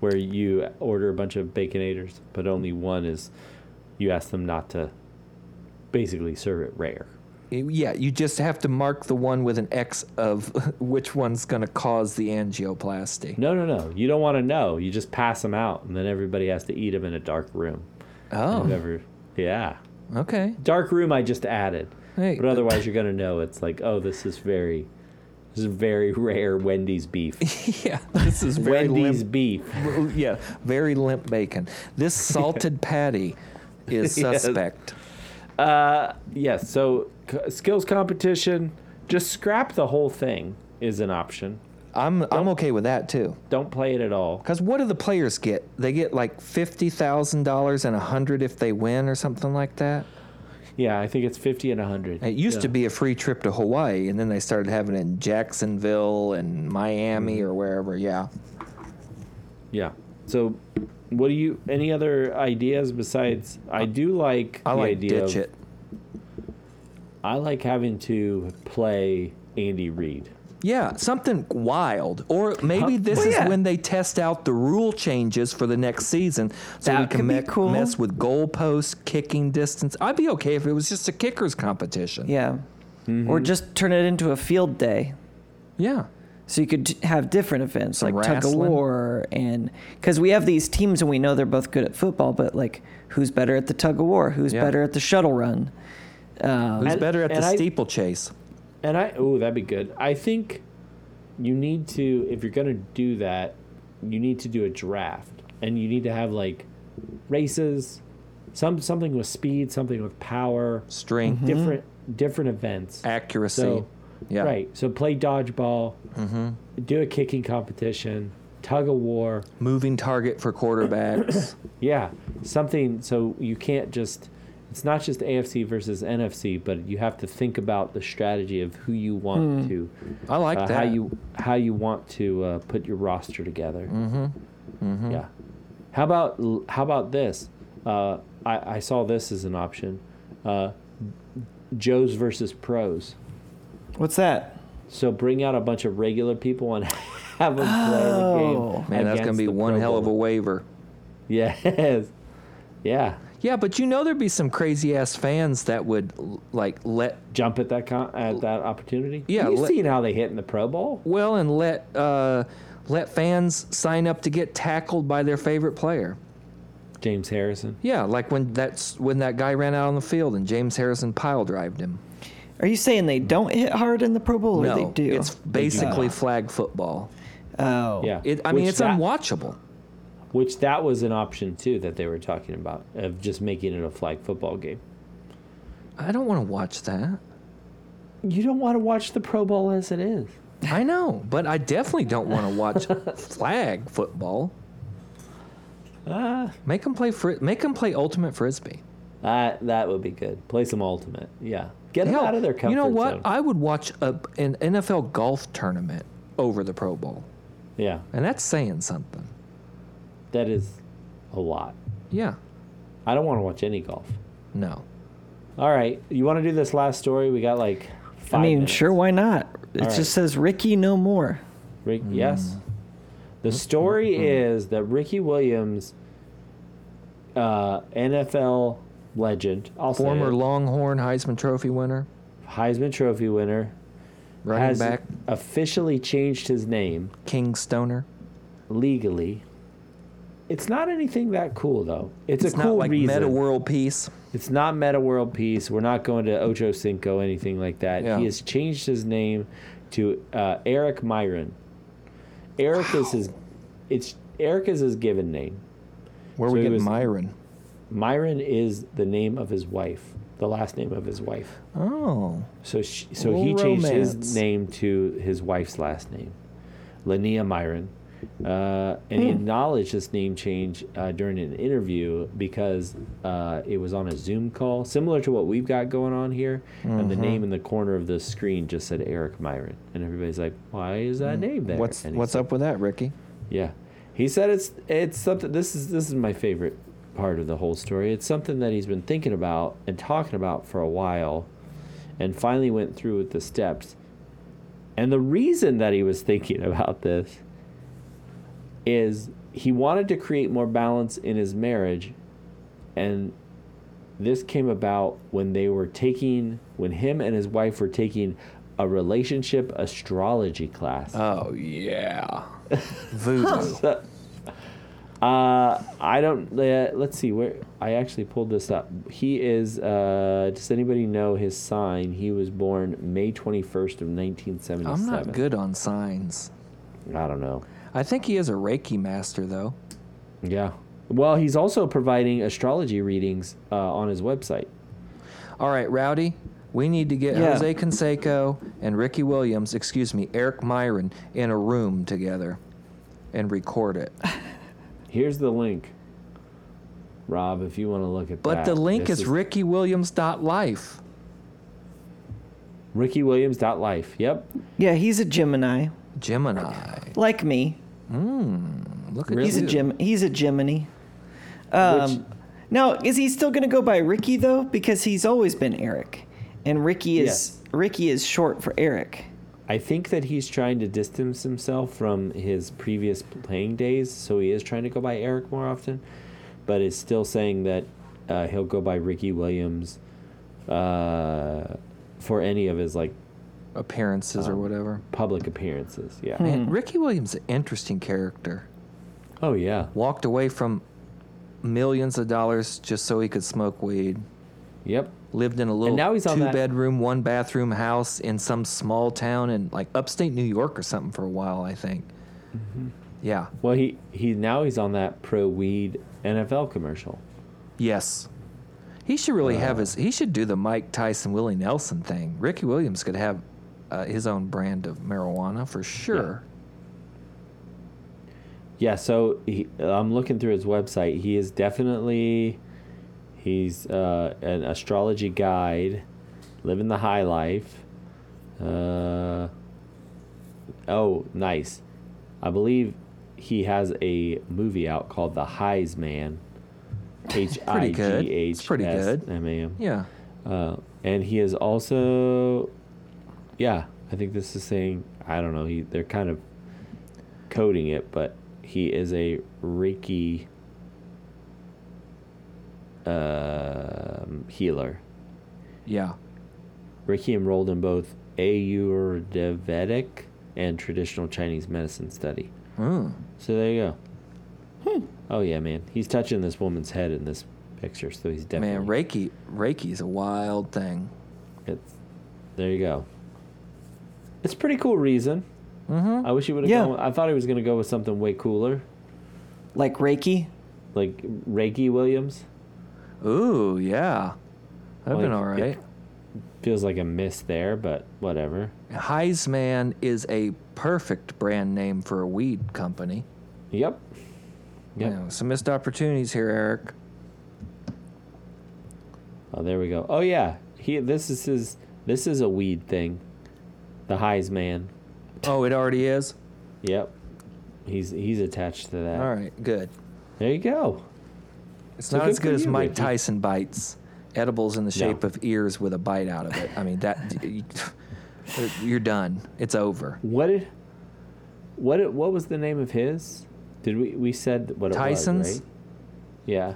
[SPEAKER 1] where you order a bunch of baconators, but only one is. You ask them not to. Basically, serve it rare.
[SPEAKER 2] Eh, Yeah, you just have to mark the one with an X of which one's going to cause the angioplasty.
[SPEAKER 1] No, no, no. You don't want to know. You just pass them out, and then everybody has to eat them in a dark room.
[SPEAKER 2] Oh,
[SPEAKER 1] Whoever- yeah.
[SPEAKER 2] okay.
[SPEAKER 1] Dark room I just added.
[SPEAKER 2] Hey. uh,
[SPEAKER 1] But otherwise you're gonna know it's like, oh, this is very this is very rare Wendy's beef.
[SPEAKER 2] Yeah, this is very
[SPEAKER 1] Wendy's
[SPEAKER 2] limp.
[SPEAKER 1] beef.
[SPEAKER 2] Yeah, very limp bacon. This salted patty is
[SPEAKER 1] Yes.
[SPEAKER 2] suspect.
[SPEAKER 1] Uh yes, so c- skills competition, just scrap the whole thing is an option.
[SPEAKER 2] I'm I'm okay with that too.
[SPEAKER 1] Don't play it at all.
[SPEAKER 2] Cause what do the players get? They get like fifty thousand dollars and a hundred if they win or something like that.
[SPEAKER 1] Yeah, I think it's 50 and 100.
[SPEAKER 2] It used
[SPEAKER 1] Yeah.
[SPEAKER 2] to be a free trip to Hawaii, and then they started having it in Jacksonville and Miami or wherever. Yeah,
[SPEAKER 1] Yeah. So what do you any other ideas besides I do like
[SPEAKER 2] I
[SPEAKER 1] the
[SPEAKER 2] like
[SPEAKER 1] idea
[SPEAKER 2] ditch
[SPEAKER 1] of,
[SPEAKER 2] it.
[SPEAKER 1] I like having to play Andy Reid.
[SPEAKER 2] Yeah, something wild. Or maybe this
[SPEAKER 3] Well,
[SPEAKER 2] is
[SPEAKER 3] yeah.
[SPEAKER 2] when they test out the rule changes for the next season so
[SPEAKER 3] That
[SPEAKER 2] we can
[SPEAKER 3] could be
[SPEAKER 2] me-
[SPEAKER 3] cool.
[SPEAKER 2] mess with goalposts, kicking distance. I'd be okay if it was just a kickers competition.
[SPEAKER 3] Yeah.
[SPEAKER 1] Mm-hmm.
[SPEAKER 3] Or just turn it into a field day.
[SPEAKER 2] Yeah.
[SPEAKER 3] So you could j- have different events
[SPEAKER 2] Some
[SPEAKER 3] like tug of
[SPEAKER 2] wrestling.
[SPEAKER 3] war and because we have these teams and we know they're both good at football, but like who's better at the tug of war? Who's
[SPEAKER 2] Yeah.
[SPEAKER 3] better at the shuttle run? Um,
[SPEAKER 2] Who's
[SPEAKER 1] And-
[SPEAKER 2] better at the
[SPEAKER 1] and I-
[SPEAKER 2] steeplechase?
[SPEAKER 1] And I oh, that'd be good. I think you need to if you're gonna do that, you need to do a draft, and you need to have like races, some something with speed, something with power,
[SPEAKER 2] Strength,
[SPEAKER 1] different different events.
[SPEAKER 2] accuracy.
[SPEAKER 1] Mm-hmm. So
[SPEAKER 2] Uh, yeah.
[SPEAKER 1] right. So play dodgeball, do a kicking competition, tug of war.
[SPEAKER 2] Moving target for quarterbacks.
[SPEAKER 1] Yeah, something. So you can't just. It's not just AFC versus NFC, but you have to think about the strategy of who you want to
[SPEAKER 2] I like
[SPEAKER 1] uh,
[SPEAKER 2] that.
[SPEAKER 1] how you how you want to uh, put your roster together. Mm-hmm. Yeah. How about l- how about this? Uh, I I saw this as an option. Uh, Joes versus pros.
[SPEAKER 3] What's that?
[SPEAKER 1] So bring out a bunch of regular people and have them
[SPEAKER 3] Oh.
[SPEAKER 1] play the game.
[SPEAKER 2] Man, that's going to
[SPEAKER 1] against
[SPEAKER 2] be
[SPEAKER 1] the
[SPEAKER 2] one
[SPEAKER 1] Pro
[SPEAKER 2] hell of a
[SPEAKER 1] Bowler.
[SPEAKER 2] waiver.
[SPEAKER 1] yes. Yeah.
[SPEAKER 2] Yeah, but you know there'd be some crazy ass fans that would l- like let
[SPEAKER 1] Jump at that con- at that opportunity.
[SPEAKER 2] Yeah,
[SPEAKER 1] You
[SPEAKER 2] let-
[SPEAKER 1] seen how they hit in the Pro Bowl?
[SPEAKER 2] well and let uh, let fans sign up to get tackled by their favorite player.
[SPEAKER 1] James Harrison.
[SPEAKER 2] Yeah, like when that's when that guy ran out on the field and James Harrison pile drived him.
[SPEAKER 3] Are you saying they don't hit hard in the Pro Bowl or
[SPEAKER 2] no,
[SPEAKER 3] they do?
[SPEAKER 2] it's basically
[SPEAKER 1] not.
[SPEAKER 2] flag football.
[SPEAKER 3] oh,
[SPEAKER 1] Yeah.
[SPEAKER 2] It, I
[SPEAKER 1] Which
[SPEAKER 2] mean, it's
[SPEAKER 1] that-
[SPEAKER 2] unwatchable.
[SPEAKER 1] Which that was an option too that they were talking about of just making it a flag football game.
[SPEAKER 2] I don't want to watch that.
[SPEAKER 1] You don't want to watch the Pro Bowl as it is.
[SPEAKER 2] I know, but I definitely don't want to watch flag football.
[SPEAKER 1] Ah.
[SPEAKER 2] Make them play fri- Make them play ultimate frisbee.
[SPEAKER 1] That that would be good. Play some ultimate. Yeah. Get them
[SPEAKER 2] Hell,
[SPEAKER 1] out of their comfort
[SPEAKER 2] you know what?
[SPEAKER 1] zone.
[SPEAKER 2] I would watch a, an NFL golf tournament over the Pro Bowl,
[SPEAKER 1] yeah.
[SPEAKER 2] and that's saying something.
[SPEAKER 1] That is a lot.
[SPEAKER 2] Yeah.
[SPEAKER 1] I don't want to watch any golf.
[SPEAKER 2] No.
[SPEAKER 1] All right. You want to do this last story? We got like
[SPEAKER 3] I
[SPEAKER 1] five
[SPEAKER 3] mean,
[SPEAKER 1] minutes.
[SPEAKER 3] sure, why not? It
[SPEAKER 1] All right.
[SPEAKER 3] just says Ricky no more.
[SPEAKER 1] Rick, Yes. The story is that Ricky Williams, uh, NFL legend. I'll say
[SPEAKER 2] Former
[SPEAKER 1] it.
[SPEAKER 2] Longhorn Heisman Trophy winner,
[SPEAKER 1] Heisman Trophy winner
[SPEAKER 2] running
[SPEAKER 1] has
[SPEAKER 2] back,
[SPEAKER 1] officially changed his name
[SPEAKER 2] King Stoner.
[SPEAKER 1] legally. It's not anything that cool though. It's,
[SPEAKER 2] It's
[SPEAKER 1] a
[SPEAKER 2] not
[SPEAKER 1] cool
[SPEAKER 2] like
[SPEAKER 1] reason.
[SPEAKER 2] meta world peace.
[SPEAKER 1] It's not Meta World Peace. We're not going to Ocho Cinco, anything like that.
[SPEAKER 2] Yeah.
[SPEAKER 1] He has changed his name to uh, Eric Myron. Eric is his. It's Eric is his given name.
[SPEAKER 2] Where
[SPEAKER 1] So
[SPEAKER 2] we
[SPEAKER 1] he
[SPEAKER 2] get
[SPEAKER 1] was-
[SPEAKER 2] Myron?
[SPEAKER 1] Myron is the name of his wife, the last name of his wife.
[SPEAKER 2] Oh,
[SPEAKER 1] So she, so
[SPEAKER 2] Little
[SPEAKER 1] he changed his
[SPEAKER 2] romance.
[SPEAKER 1] name to his wife's last name, Linnea Myron. Uh, and he
[SPEAKER 2] Hmm.
[SPEAKER 1] acknowledged this name change uh, during an interview because uh, it was on a Zoom call, similar to what we've got going on here. And the
[SPEAKER 2] Mm-hmm.
[SPEAKER 1] name in the corner of the screen just said Eric Myron, and everybody's like, "Why is that name there?"
[SPEAKER 2] Hmm. what's
[SPEAKER 1] And he
[SPEAKER 2] what's
[SPEAKER 1] said-
[SPEAKER 2] up with that, Ricky?
[SPEAKER 1] yeah, he said it's it's something. This is this is my favorite part of the whole story. It's something that he's been thinking about and talking about for a while, and finally went through with the steps. And the reason that he was thinking about this is he wanted to create more balance in his marriage, and this came about when they were taking when him and his wife were taking a relationship astrology class.
[SPEAKER 2] Oh yeah, voodoo.
[SPEAKER 1] So, uh, I don't. Uh, let's see where I actually pulled this up. He is. Uh, does anybody know his sign? He was born May twenty first of nineteen seventy
[SPEAKER 2] I'm
[SPEAKER 1] seven.
[SPEAKER 2] not good on signs.
[SPEAKER 1] I don't know.
[SPEAKER 2] I think he is a Reiki master though.
[SPEAKER 1] Yeah. Well, he's also providing astrology readings uh, on his website.
[SPEAKER 2] All right, Rowdy, we need to get
[SPEAKER 3] Yeah.
[SPEAKER 2] Jose Canseco and Ricky Williams, excuse me, Eric Myron, in a room together and record it.
[SPEAKER 1] Here's the link, Rob, if you want to look at
[SPEAKER 2] But
[SPEAKER 1] that.
[SPEAKER 2] the link
[SPEAKER 1] This
[SPEAKER 2] is, rickywilliams.life.
[SPEAKER 1] RickyWilliams.life. Yep.
[SPEAKER 3] Yeah, he's a Gemini,
[SPEAKER 2] Gemini.
[SPEAKER 3] like me.
[SPEAKER 2] Look at
[SPEAKER 1] Really?
[SPEAKER 3] He's a
[SPEAKER 2] you.
[SPEAKER 3] Gem. He's a Gemini. Um, now, is he still going to go by Ricky though? Because he's always been Eric, and Ricky is
[SPEAKER 1] Yes.
[SPEAKER 3] Ricky is short for Eric.
[SPEAKER 1] I think that he's trying to distance himself from his previous playing days, so he is trying to go by Eric more often, but is still saying that uh, he'll go by Ricky Williams uh, for any of his like
[SPEAKER 2] Appearances
[SPEAKER 1] Um,
[SPEAKER 2] or whatever.
[SPEAKER 1] public appearances. Yeah.
[SPEAKER 2] And Ricky Williams, an interesting character.
[SPEAKER 1] Oh yeah.
[SPEAKER 2] Walked away from millions of dollars just so he could smoke weed.
[SPEAKER 1] Yep.
[SPEAKER 2] Lived in a little
[SPEAKER 1] now he's on that-
[SPEAKER 2] two-bedroom, one-bathroom house in some small town in like upstate New York or something for a while, I think.
[SPEAKER 1] Mm-hmm.
[SPEAKER 2] Yeah.
[SPEAKER 1] Well, he he now he's on that pro weed NFL commercial.
[SPEAKER 2] Yes. He should really have his. He should do the Mike Tyson, Willie Nelson thing. Ricky Williams could have uh, his own brand of marijuana for sure.
[SPEAKER 1] Yeah, so he, I'm looking through his website. He is definitely he's uh, an astrology guide, living the high life. Uh, oh, nice. I believe he has a movie out called The Highs Man. H I
[SPEAKER 2] pretty
[SPEAKER 1] G
[SPEAKER 2] good. It's
[SPEAKER 1] H
[SPEAKER 2] pretty
[SPEAKER 1] S
[SPEAKER 2] good.
[SPEAKER 1] M A M.
[SPEAKER 2] Yeah.
[SPEAKER 1] Uh, and he is also, yeah, I think this is saying I don't know. He they're kind of coding it, but he is a Reiki um healer.
[SPEAKER 2] Yeah.
[SPEAKER 1] Reiki enrolled in both Ayurvedic and traditional Chinese medicine study.
[SPEAKER 2] Mm.
[SPEAKER 1] So there you go. Oh yeah, man, he's touching this woman's head in this picture, so he's definitely
[SPEAKER 2] Man, Reiki Reiki's a wild thing.
[SPEAKER 1] It's there you go. It's a pretty cool reason. Mm-hmm. I wish he would have
[SPEAKER 3] Yeah.
[SPEAKER 1] gone. I thought he was going to go with something way cooler,
[SPEAKER 3] Like Reiki,
[SPEAKER 1] like Reiki Williams.
[SPEAKER 2] Ooh, yeah. That'd been
[SPEAKER 1] Like,
[SPEAKER 2] all right.
[SPEAKER 1] Feels like a miss there, but whatever.
[SPEAKER 2] Heisman is a perfect brand name for a weed company.
[SPEAKER 1] Yep.
[SPEAKER 2] Yeah.
[SPEAKER 1] Yep.
[SPEAKER 2] some missed opportunities here, Eric.
[SPEAKER 1] Oh, there we go. Oh yeah. He. This is his. This is a weed thing. The Heisman.
[SPEAKER 2] Oh, it already is.
[SPEAKER 1] Yep. He's he's attached to that.
[SPEAKER 2] All right, good.
[SPEAKER 1] There you go.
[SPEAKER 2] It's
[SPEAKER 1] So
[SPEAKER 2] not
[SPEAKER 1] good
[SPEAKER 2] as
[SPEAKER 1] for
[SPEAKER 2] good as
[SPEAKER 1] you,
[SPEAKER 2] Mike
[SPEAKER 1] Ricky.
[SPEAKER 2] Tyson bites. Edibles in the shape
[SPEAKER 1] No.
[SPEAKER 2] of ears with a bite out of it. I mean that you- you're done. It's over.
[SPEAKER 1] What did? What did, What was the name of his? Did we we said what it
[SPEAKER 2] Tyson's?
[SPEAKER 1] was? Right? Yeah.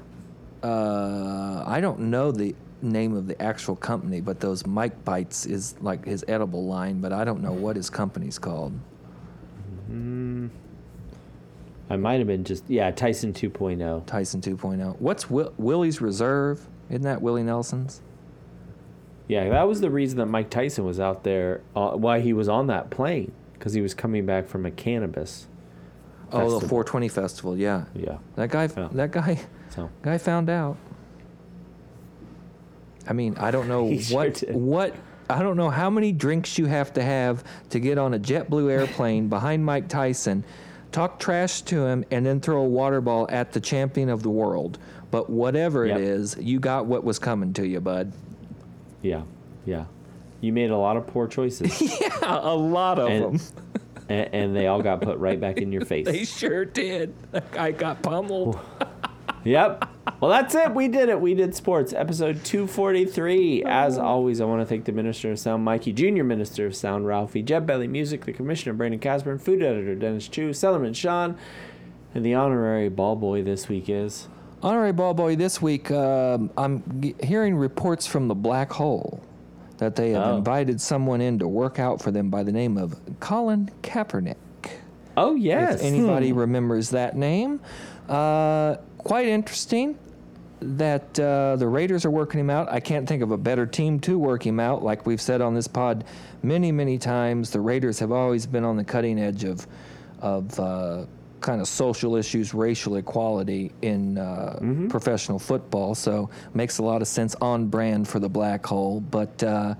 [SPEAKER 2] uh, I don't know the name of the actual company, but those Mike Bites is like his edible line, but I don't know what his company's called.
[SPEAKER 1] I might have been just yeah, Tyson oh. 2.0.
[SPEAKER 2] Tyson 2.0. What's Will- Willie's Reserve? Isn't that Willie Nelson's?
[SPEAKER 1] Yeah, that was the reason that Mike Tyson was out there. Uh, why he was on that plane because he was coming back from a cannabis.
[SPEAKER 2] Oh, the
[SPEAKER 1] Festival.
[SPEAKER 2] 420 Festival. Yeah,
[SPEAKER 1] Yeah.
[SPEAKER 2] that guy.
[SPEAKER 1] Yeah.
[SPEAKER 2] That guy.
[SPEAKER 1] So
[SPEAKER 2] Guy found out. I mean, I don't know
[SPEAKER 1] He sure
[SPEAKER 2] what
[SPEAKER 1] did.
[SPEAKER 2] what I don't know how many drinks you have to have to get on a JetBlue airplane behind Mike Tyson, talk trash to him, and then throw a water ball at the champion of the world. But whatever
[SPEAKER 1] Yep.
[SPEAKER 2] it is, you got what was coming to you, bud.
[SPEAKER 1] yeah, yeah. You made a lot of poor choices,
[SPEAKER 2] a lot of
[SPEAKER 1] and,
[SPEAKER 2] them.
[SPEAKER 1] and, and they all got put right back in your face.
[SPEAKER 2] They sure did. That guy got pummeled.
[SPEAKER 1] Yep. Well, that's it. We did it. We did sports. Episode 243. As always, I want to thank the Minister of Sound, Mikey Jr., Minister of Sound, Ralphie, Jeb Belly Music, the Commissioner, Brandon Casper, Food Editor, Dennis Chu, Sellerman Sean, and the honorary ball boy this week is.
[SPEAKER 2] Honorary ball boy, this week um, I'm g- hearing reports from the black hole that they have
[SPEAKER 1] Oh.
[SPEAKER 2] invited someone in to work out for them by the name of Colin Kaepernick.
[SPEAKER 1] Oh, yes.
[SPEAKER 2] If anybody remembers that name, uh, quite interesting that uh, the Raiders are working him out. I can't think of a better team to work him out. Like we've said on this pod many, many times, the Raiders have always been on the cutting edge of of uh, kind of social issues, racial equality in uh,
[SPEAKER 1] Mm-hmm.
[SPEAKER 2] professional football. So makes a lot of sense on brand for the black hole. But uh,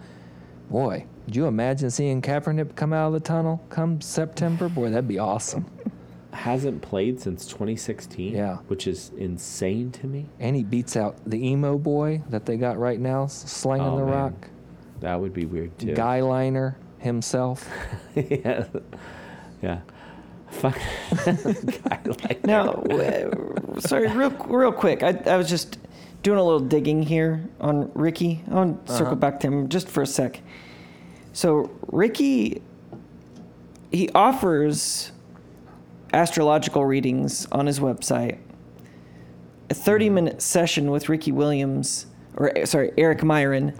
[SPEAKER 2] boy, do you imagine seeing Kaepernick come out of the tunnel come September? Boy, that'd be awesome.
[SPEAKER 1] Hasn't played since 2016.
[SPEAKER 2] Yeah.
[SPEAKER 1] Which is insane to me.
[SPEAKER 2] And he beats out the emo boy that they got right now, slinging
[SPEAKER 1] Oh,
[SPEAKER 2] the
[SPEAKER 1] man.
[SPEAKER 2] rock.
[SPEAKER 1] That would be weird, too.
[SPEAKER 2] Guyliner himself.
[SPEAKER 1] yeah. Yeah. Fuck. Guy like
[SPEAKER 3] Now, w- sorry, real real quick. I, I was just doing a little digging here on Ricky. I want to circle back to him just for a sec. So Ricky, he offers astrological readings on his website. A 30 minute session with Ricky Williams, or eh, sorry, Eric Myron,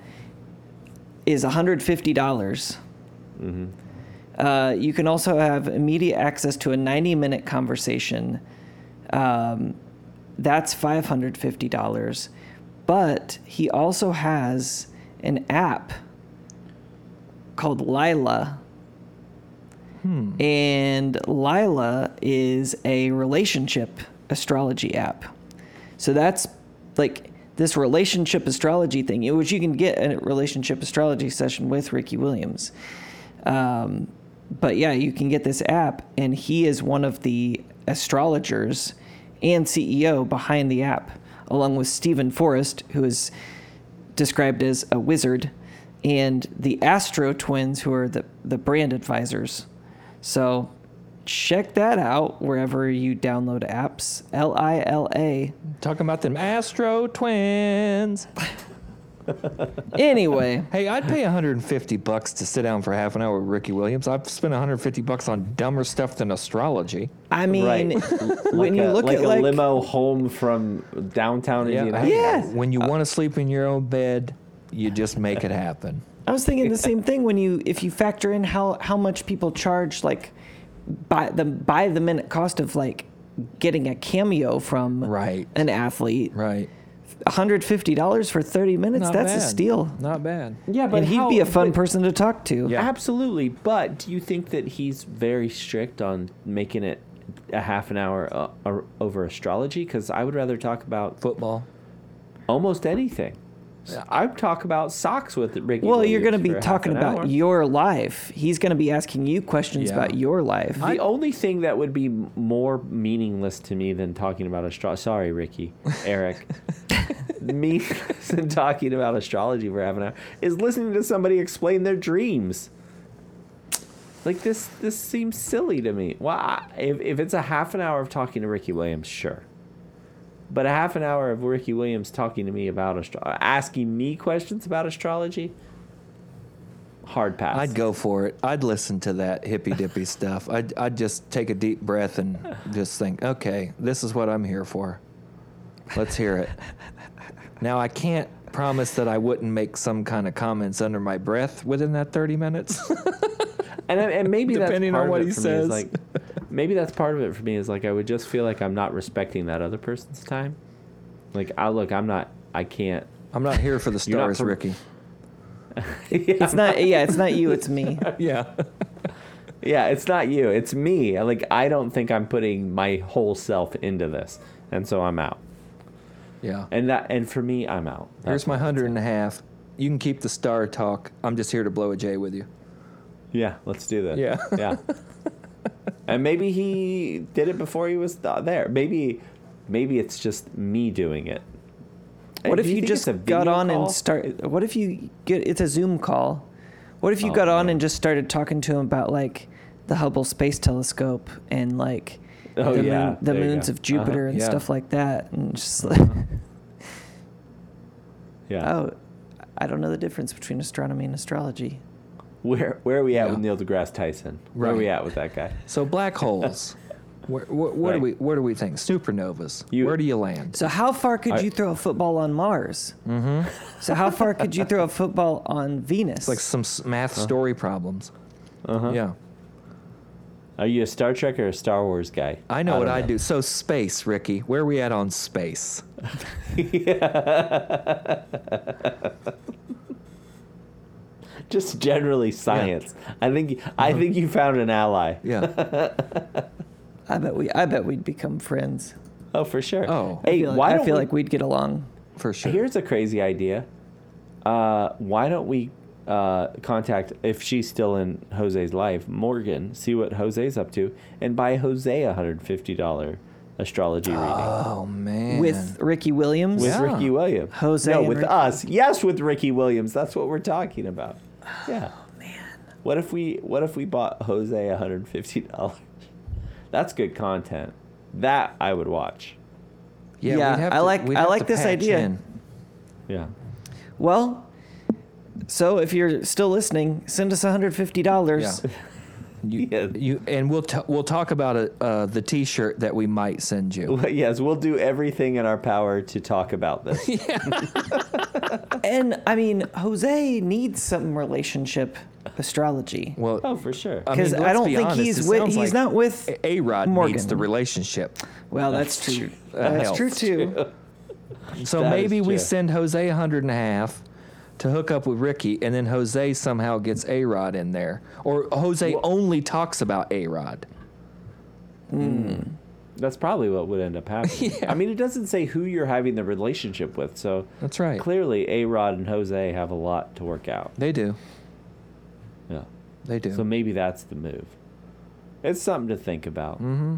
[SPEAKER 3] is $150. dollars Uh, you can also have immediate access to a 90 minute conversation. Um, that's $550. But he also has an app called Lila. And Lila is a relationship astrology app. So that's like this relationship astrology thing, which you can get a relationship astrology session with Ricky Williams. Um, but yeah, you can get this app, and he is one of the astrologers and CEO behind the app, along with Stephen Forrest, who is described as a wizard, and the Astro Twins, who are the, the brand advisors. So check that out wherever you download apps. L I L A.
[SPEAKER 2] Talking about them Astro twins.
[SPEAKER 3] Anyway,
[SPEAKER 2] Hey, I'd pay 150 bucks to sit down for half an hour with Ricky Williams. I've spent 150 bucks on dumber stuff than astrology.
[SPEAKER 3] I mean, when
[SPEAKER 1] like
[SPEAKER 3] you
[SPEAKER 1] a,
[SPEAKER 3] look
[SPEAKER 1] like
[SPEAKER 3] at
[SPEAKER 1] a
[SPEAKER 3] like
[SPEAKER 1] limo home from downtown Indianapolis.
[SPEAKER 3] Yeah.
[SPEAKER 2] When you want to sleep in your own bed, you just make it happen.
[SPEAKER 3] I was thinking the same thing when you if you factor in how how much people charge like by the by the minute cost of like getting a cameo from
[SPEAKER 2] Right.
[SPEAKER 3] an athlete
[SPEAKER 2] Right.
[SPEAKER 3] $150 for 30 minutes
[SPEAKER 2] Not
[SPEAKER 3] that's a
[SPEAKER 2] bad.
[SPEAKER 3] steal
[SPEAKER 2] Not bad.
[SPEAKER 1] Yeah,
[SPEAKER 3] and he'd
[SPEAKER 1] how-
[SPEAKER 3] be a fun
[SPEAKER 1] but-
[SPEAKER 3] person to talk to
[SPEAKER 2] Yeah.
[SPEAKER 1] Absolutely, but do you think that he's very strict on making it a half an hour uh, or- over astrology? Because I would rather talk about
[SPEAKER 2] Football.
[SPEAKER 1] almost anything. I'd talk about socks with Ricky.
[SPEAKER 3] well you're going to
[SPEAKER 1] Williams
[SPEAKER 3] be
[SPEAKER 1] for half
[SPEAKER 3] talking
[SPEAKER 1] an
[SPEAKER 3] about
[SPEAKER 1] hour.
[SPEAKER 3] your life he's going to be asking you questions
[SPEAKER 2] Yeah.
[SPEAKER 3] about your life
[SPEAKER 1] The only thing that would be m- more meaningless to me than talking about astrology. Sorry, Ricky, Eric. meaningless than talking about astrology for half an hour is listening to somebody explain their dreams. Like this, this seems silly to me. Well, I- if if it's a half an hour of talking to Ricky Williams, sure. But a half an hour of Ricky Williams talking to me about astro- asking me questions about astrology, hard pass.
[SPEAKER 2] I'd go for it. I'd listen to that hippy dippy stuff. I'd, I'd just take a deep breath and just think, okay, this is what I'm here for. Let's hear it. Now I can't promise that I wouldn't make some kind of comments under my breath within that 30 minutes.
[SPEAKER 1] And, I- and maybe
[SPEAKER 2] Depending
[SPEAKER 1] that's
[SPEAKER 2] on
[SPEAKER 1] part
[SPEAKER 2] what
[SPEAKER 1] of it
[SPEAKER 2] he
[SPEAKER 1] for
[SPEAKER 2] says.
[SPEAKER 1] me is like, maybe that's part of it for me is like I would just feel like I'm not respecting that other person's time. Like I look, I'm not, I can't.
[SPEAKER 2] I'm not here for the
[SPEAKER 1] You're not
[SPEAKER 2] stars,
[SPEAKER 1] per-
[SPEAKER 2] Ricky.
[SPEAKER 3] It's not. Yeah, it's not you. It's me.
[SPEAKER 2] Yeah.
[SPEAKER 1] Yeah, it's not you, it's me. Like I don't think I'm putting my whole self into this, and so I'm out.
[SPEAKER 2] Yeah.
[SPEAKER 1] And that, and for me, I'm out.
[SPEAKER 2] Here's my hundred and a half. You can keep the star talk. I'm just here to blow a J with you.
[SPEAKER 1] Yeah, let's do that.
[SPEAKER 2] Yeah.
[SPEAKER 1] yeah. And maybe he did it before he was th- there. Maybe, maybe it's just me doing it. And
[SPEAKER 3] What
[SPEAKER 1] do
[SPEAKER 3] if you,
[SPEAKER 1] think it's
[SPEAKER 3] just
[SPEAKER 1] a
[SPEAKER 3] got
[SPEAKER 1] video
[SPEAKER 3] on
[SPEAKER 1] call?
[SPEAKER 3] and start? What if you get? It's a Zoom call. What if you
[SPEAKER 1] Oh,
[SPEAKER 3] got on
[SPEAKER 1] man.
[SPEAKER 3] and just started talking to him about like the Hubble Space Telescope and like
[SPEAKER 1] Oh,
[SPEAKER 3] the,
[SPEAKER 1] yeah,
[SPEAKER 3] moon, the
[SPEAKER 1] there you
[SPEAKER 3] moons
[SPEAKER 1] go. Uh-huh.
[SPEAKER 3] of Jupiter
[SPEAKER 2] Uh-huh,
[SPEAKER 3] and
[SPEAKER 2] yeah.
[SPEAKER 3] stuff like that, and just like,
[SPEAKER 1] Yeah.
[SPEAKER 3] oh, I don't know the difference between astronomy and astrology.
[SPEAKER 1] Where where are we at
[SPEAKER 2] Yeah.
[SPEAKER 1] with Neil deGrasse Tyson? Where are
[SPEAKER 2] Right.
[SPEAKER 1] we at with that guy?
[SPEAKER 2] So black holes. where, where, what do
[SPEAKER 1] Right.
[SPEAKER 2] we where do we think? Supernovas.
[SPEAKER 1] You-
[SPEAKER 2] where do you land?
[SPEAKER 3] So how far could
[SPEAKER 1] I-
[SPEAKER 3] you throw a football on Mars? Mm-hmm. So how far could you throw a football on Venus?
[SPEAKER 2] It's like some s- math story problems. Uh-huh. Yeah.
[SPEAKER 1] Are you a Star Trek or a Star Wars guy?
[SPEAKER 2] I know what
[SPEAKER 1] don't
[SPEAKER 2] I do. So space, Ricky. Where are we at on space?
[SPEAKER 1] Just generally science. I think I
[SPEAKER 3] Uh-huh.
[SPEAKER 1] think you found an ally.
[SPEAKER 2] Yeah.
[SPEAKER 3] I bet we, I bet we'd become friends.
[SPEAKER 1] Oh, for sure.
[SPEAKER 2] Oh.
[SPEAKER 3] I
[SPEAKER 1] hey,
[SPEAKER 3] feel like,
[SPEAKER 1] why
[SPEAKER 3] I
[SPEAKER 1] don't
[SPEAKER 3] feel
[SPEAKER 1] we,
[SPEAKER 3] like we'd get along.
[SPEAKER 2] For sure.
[SPEAKER 1] Here's a crazy idea. Uh, why don't we uh, contact if she's still in Jose's life, Morgan, see what Jose's up to, and buy Jose a hundred fifty dollar astrology reading
[SPEAKER 2] oh man.
[SPEAKER 3] with Ricky Williams.
[SPEAKER 1] with
[SPEAKER 2] Yeah.
[SPEAKER 1] Ricky Williams.
[SPEAKER 3] Jose
[SPEAKER 1] no,
[SPEAKER 3] and
[SPEAKER 1] with
[SPEAKER 3] Ricky.
[SPEAKER 1] us. Yes, with Ricky Williams. That's what we're talking about. Yeah. man. What if we What if we bought Jose a hundred fifty dollars? That's good content. That I would watch.
[SPEAKER 2] yeah,
[SPEAKER 3] Yeah,
[SPEAKER 2] we'd have
[SPEAKER 3] I
[SPEAKER 2] to-
[SPEAKER 3] like-
[SPEAKER 2] we'd
[SPEAKER 3] I
[SPEAKER 2] have
[SPEAKER 3] like
[SPEAKER 2] to
[SPEAKER 3] this
[SPEAKER 2] patch
[SPEAKER 3] idea.
[SPEAKER 2] in.
[SPEAKER 1] Yeah.
[SPEAKER 3] Well, so if you're still listening, send us $150.
[SPEAKER 2] Yeah. You,
[SPEAKER 1] Yeah.
[SPEAKER 2] you and we'll t- we'll talk about uh uh, the T-shirt that we might send you.
[SPEAKER 1] But yes, we'll do everything in our power to talk about this.
[SPEAKER 3] And I mean, Jose needs some relationship astrology.
[SPEAKER 2] Well,
[SPEAKER 1] Oh, for sure.
[SPEAKER 2] I
[SPEAKER 3] Because
[SPEAKER 2] mean,
[SPEAKER 3] I,
[SPEAKER 2] let's
[SPEAKER 3] don't
[SPEAKER 2] be
[SPEAKER 3] think
[SPEAKER 2] honest,
[SPEAKER 3] he's
[SPEAKER 2] it
[SPEAKER 3] with,
[SPEAKER 2] sounds like
[SPEAKER 3] he's not with.
[SPEAKER 2] A Rod needs
[SPEAKER 3] Morgan.
[SPEAKER 2] the relationship.
[SPEAKER 3] well, that's true.
[SPEAKER 2] That
[SPEAKER 3] That's
[SPEAKER 2] helps.
[SPEAKER 3] true too.
[SPEAKER 2] So
[SPEAKER 1] That is
[SPEAKER 2] maybe we
[SPEAKER 1] true.
[SPEAKER 2] send Jose a hundred and a half to hook up with Ricky, and then Jose somehow gets A Rod in there, or Jose only talks about A Rod. Mm.
[SPEAKER 3] Mm.
[SPEAKER 1] That's probably what would end up happening. I mean, it doesn't say who you're having the relationship with, so
[SPEAKER 2] That's right.
[SPEAKER 1] clearly A Rod and Jose have a lot to work out.
[SPEAKER 2] They do.
[SPEAKER 1] Yeah.
[SPEAKER 2] They do.
[SPEAKER 1] So maybe that's the move. It's something to think about. Mm-hmm.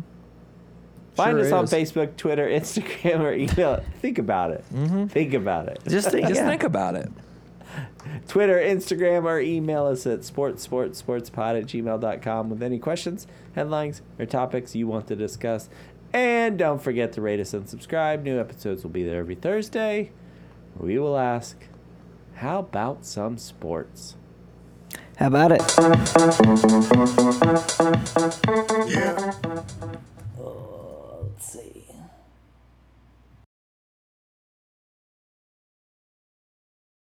[SPEAKER 1] Find
[SPEAKER 2] Mm, Sure
[SPEAKER 1] us on
[SPEAKER 2] is.
[SPEAKER 1] Facebook, Twitter, Instagram, or email. Think about it.
[SPEAKER 2] Mm-hmm.
[SPEAKER 1] Think about it.
[SPEAKER 3] Just think,
[SPEAKER 2] Just
[SPEAKER 3] yeah.
[SPEAKER 2] think about it.
[SPEAKER 1] Twitter, Instagram, or email us at sports, sports, sportspod at gmail.com with any questions, headlines, or topics you want to discuss. And don't forget to rate us and subscribe. New episodes will be there every Thursday. We will ask, how about some sports?
[SPEAKER 3] How about it?
[SPEAKER 4] Yeah.
[SPEAKER 3] Uh, Let's see.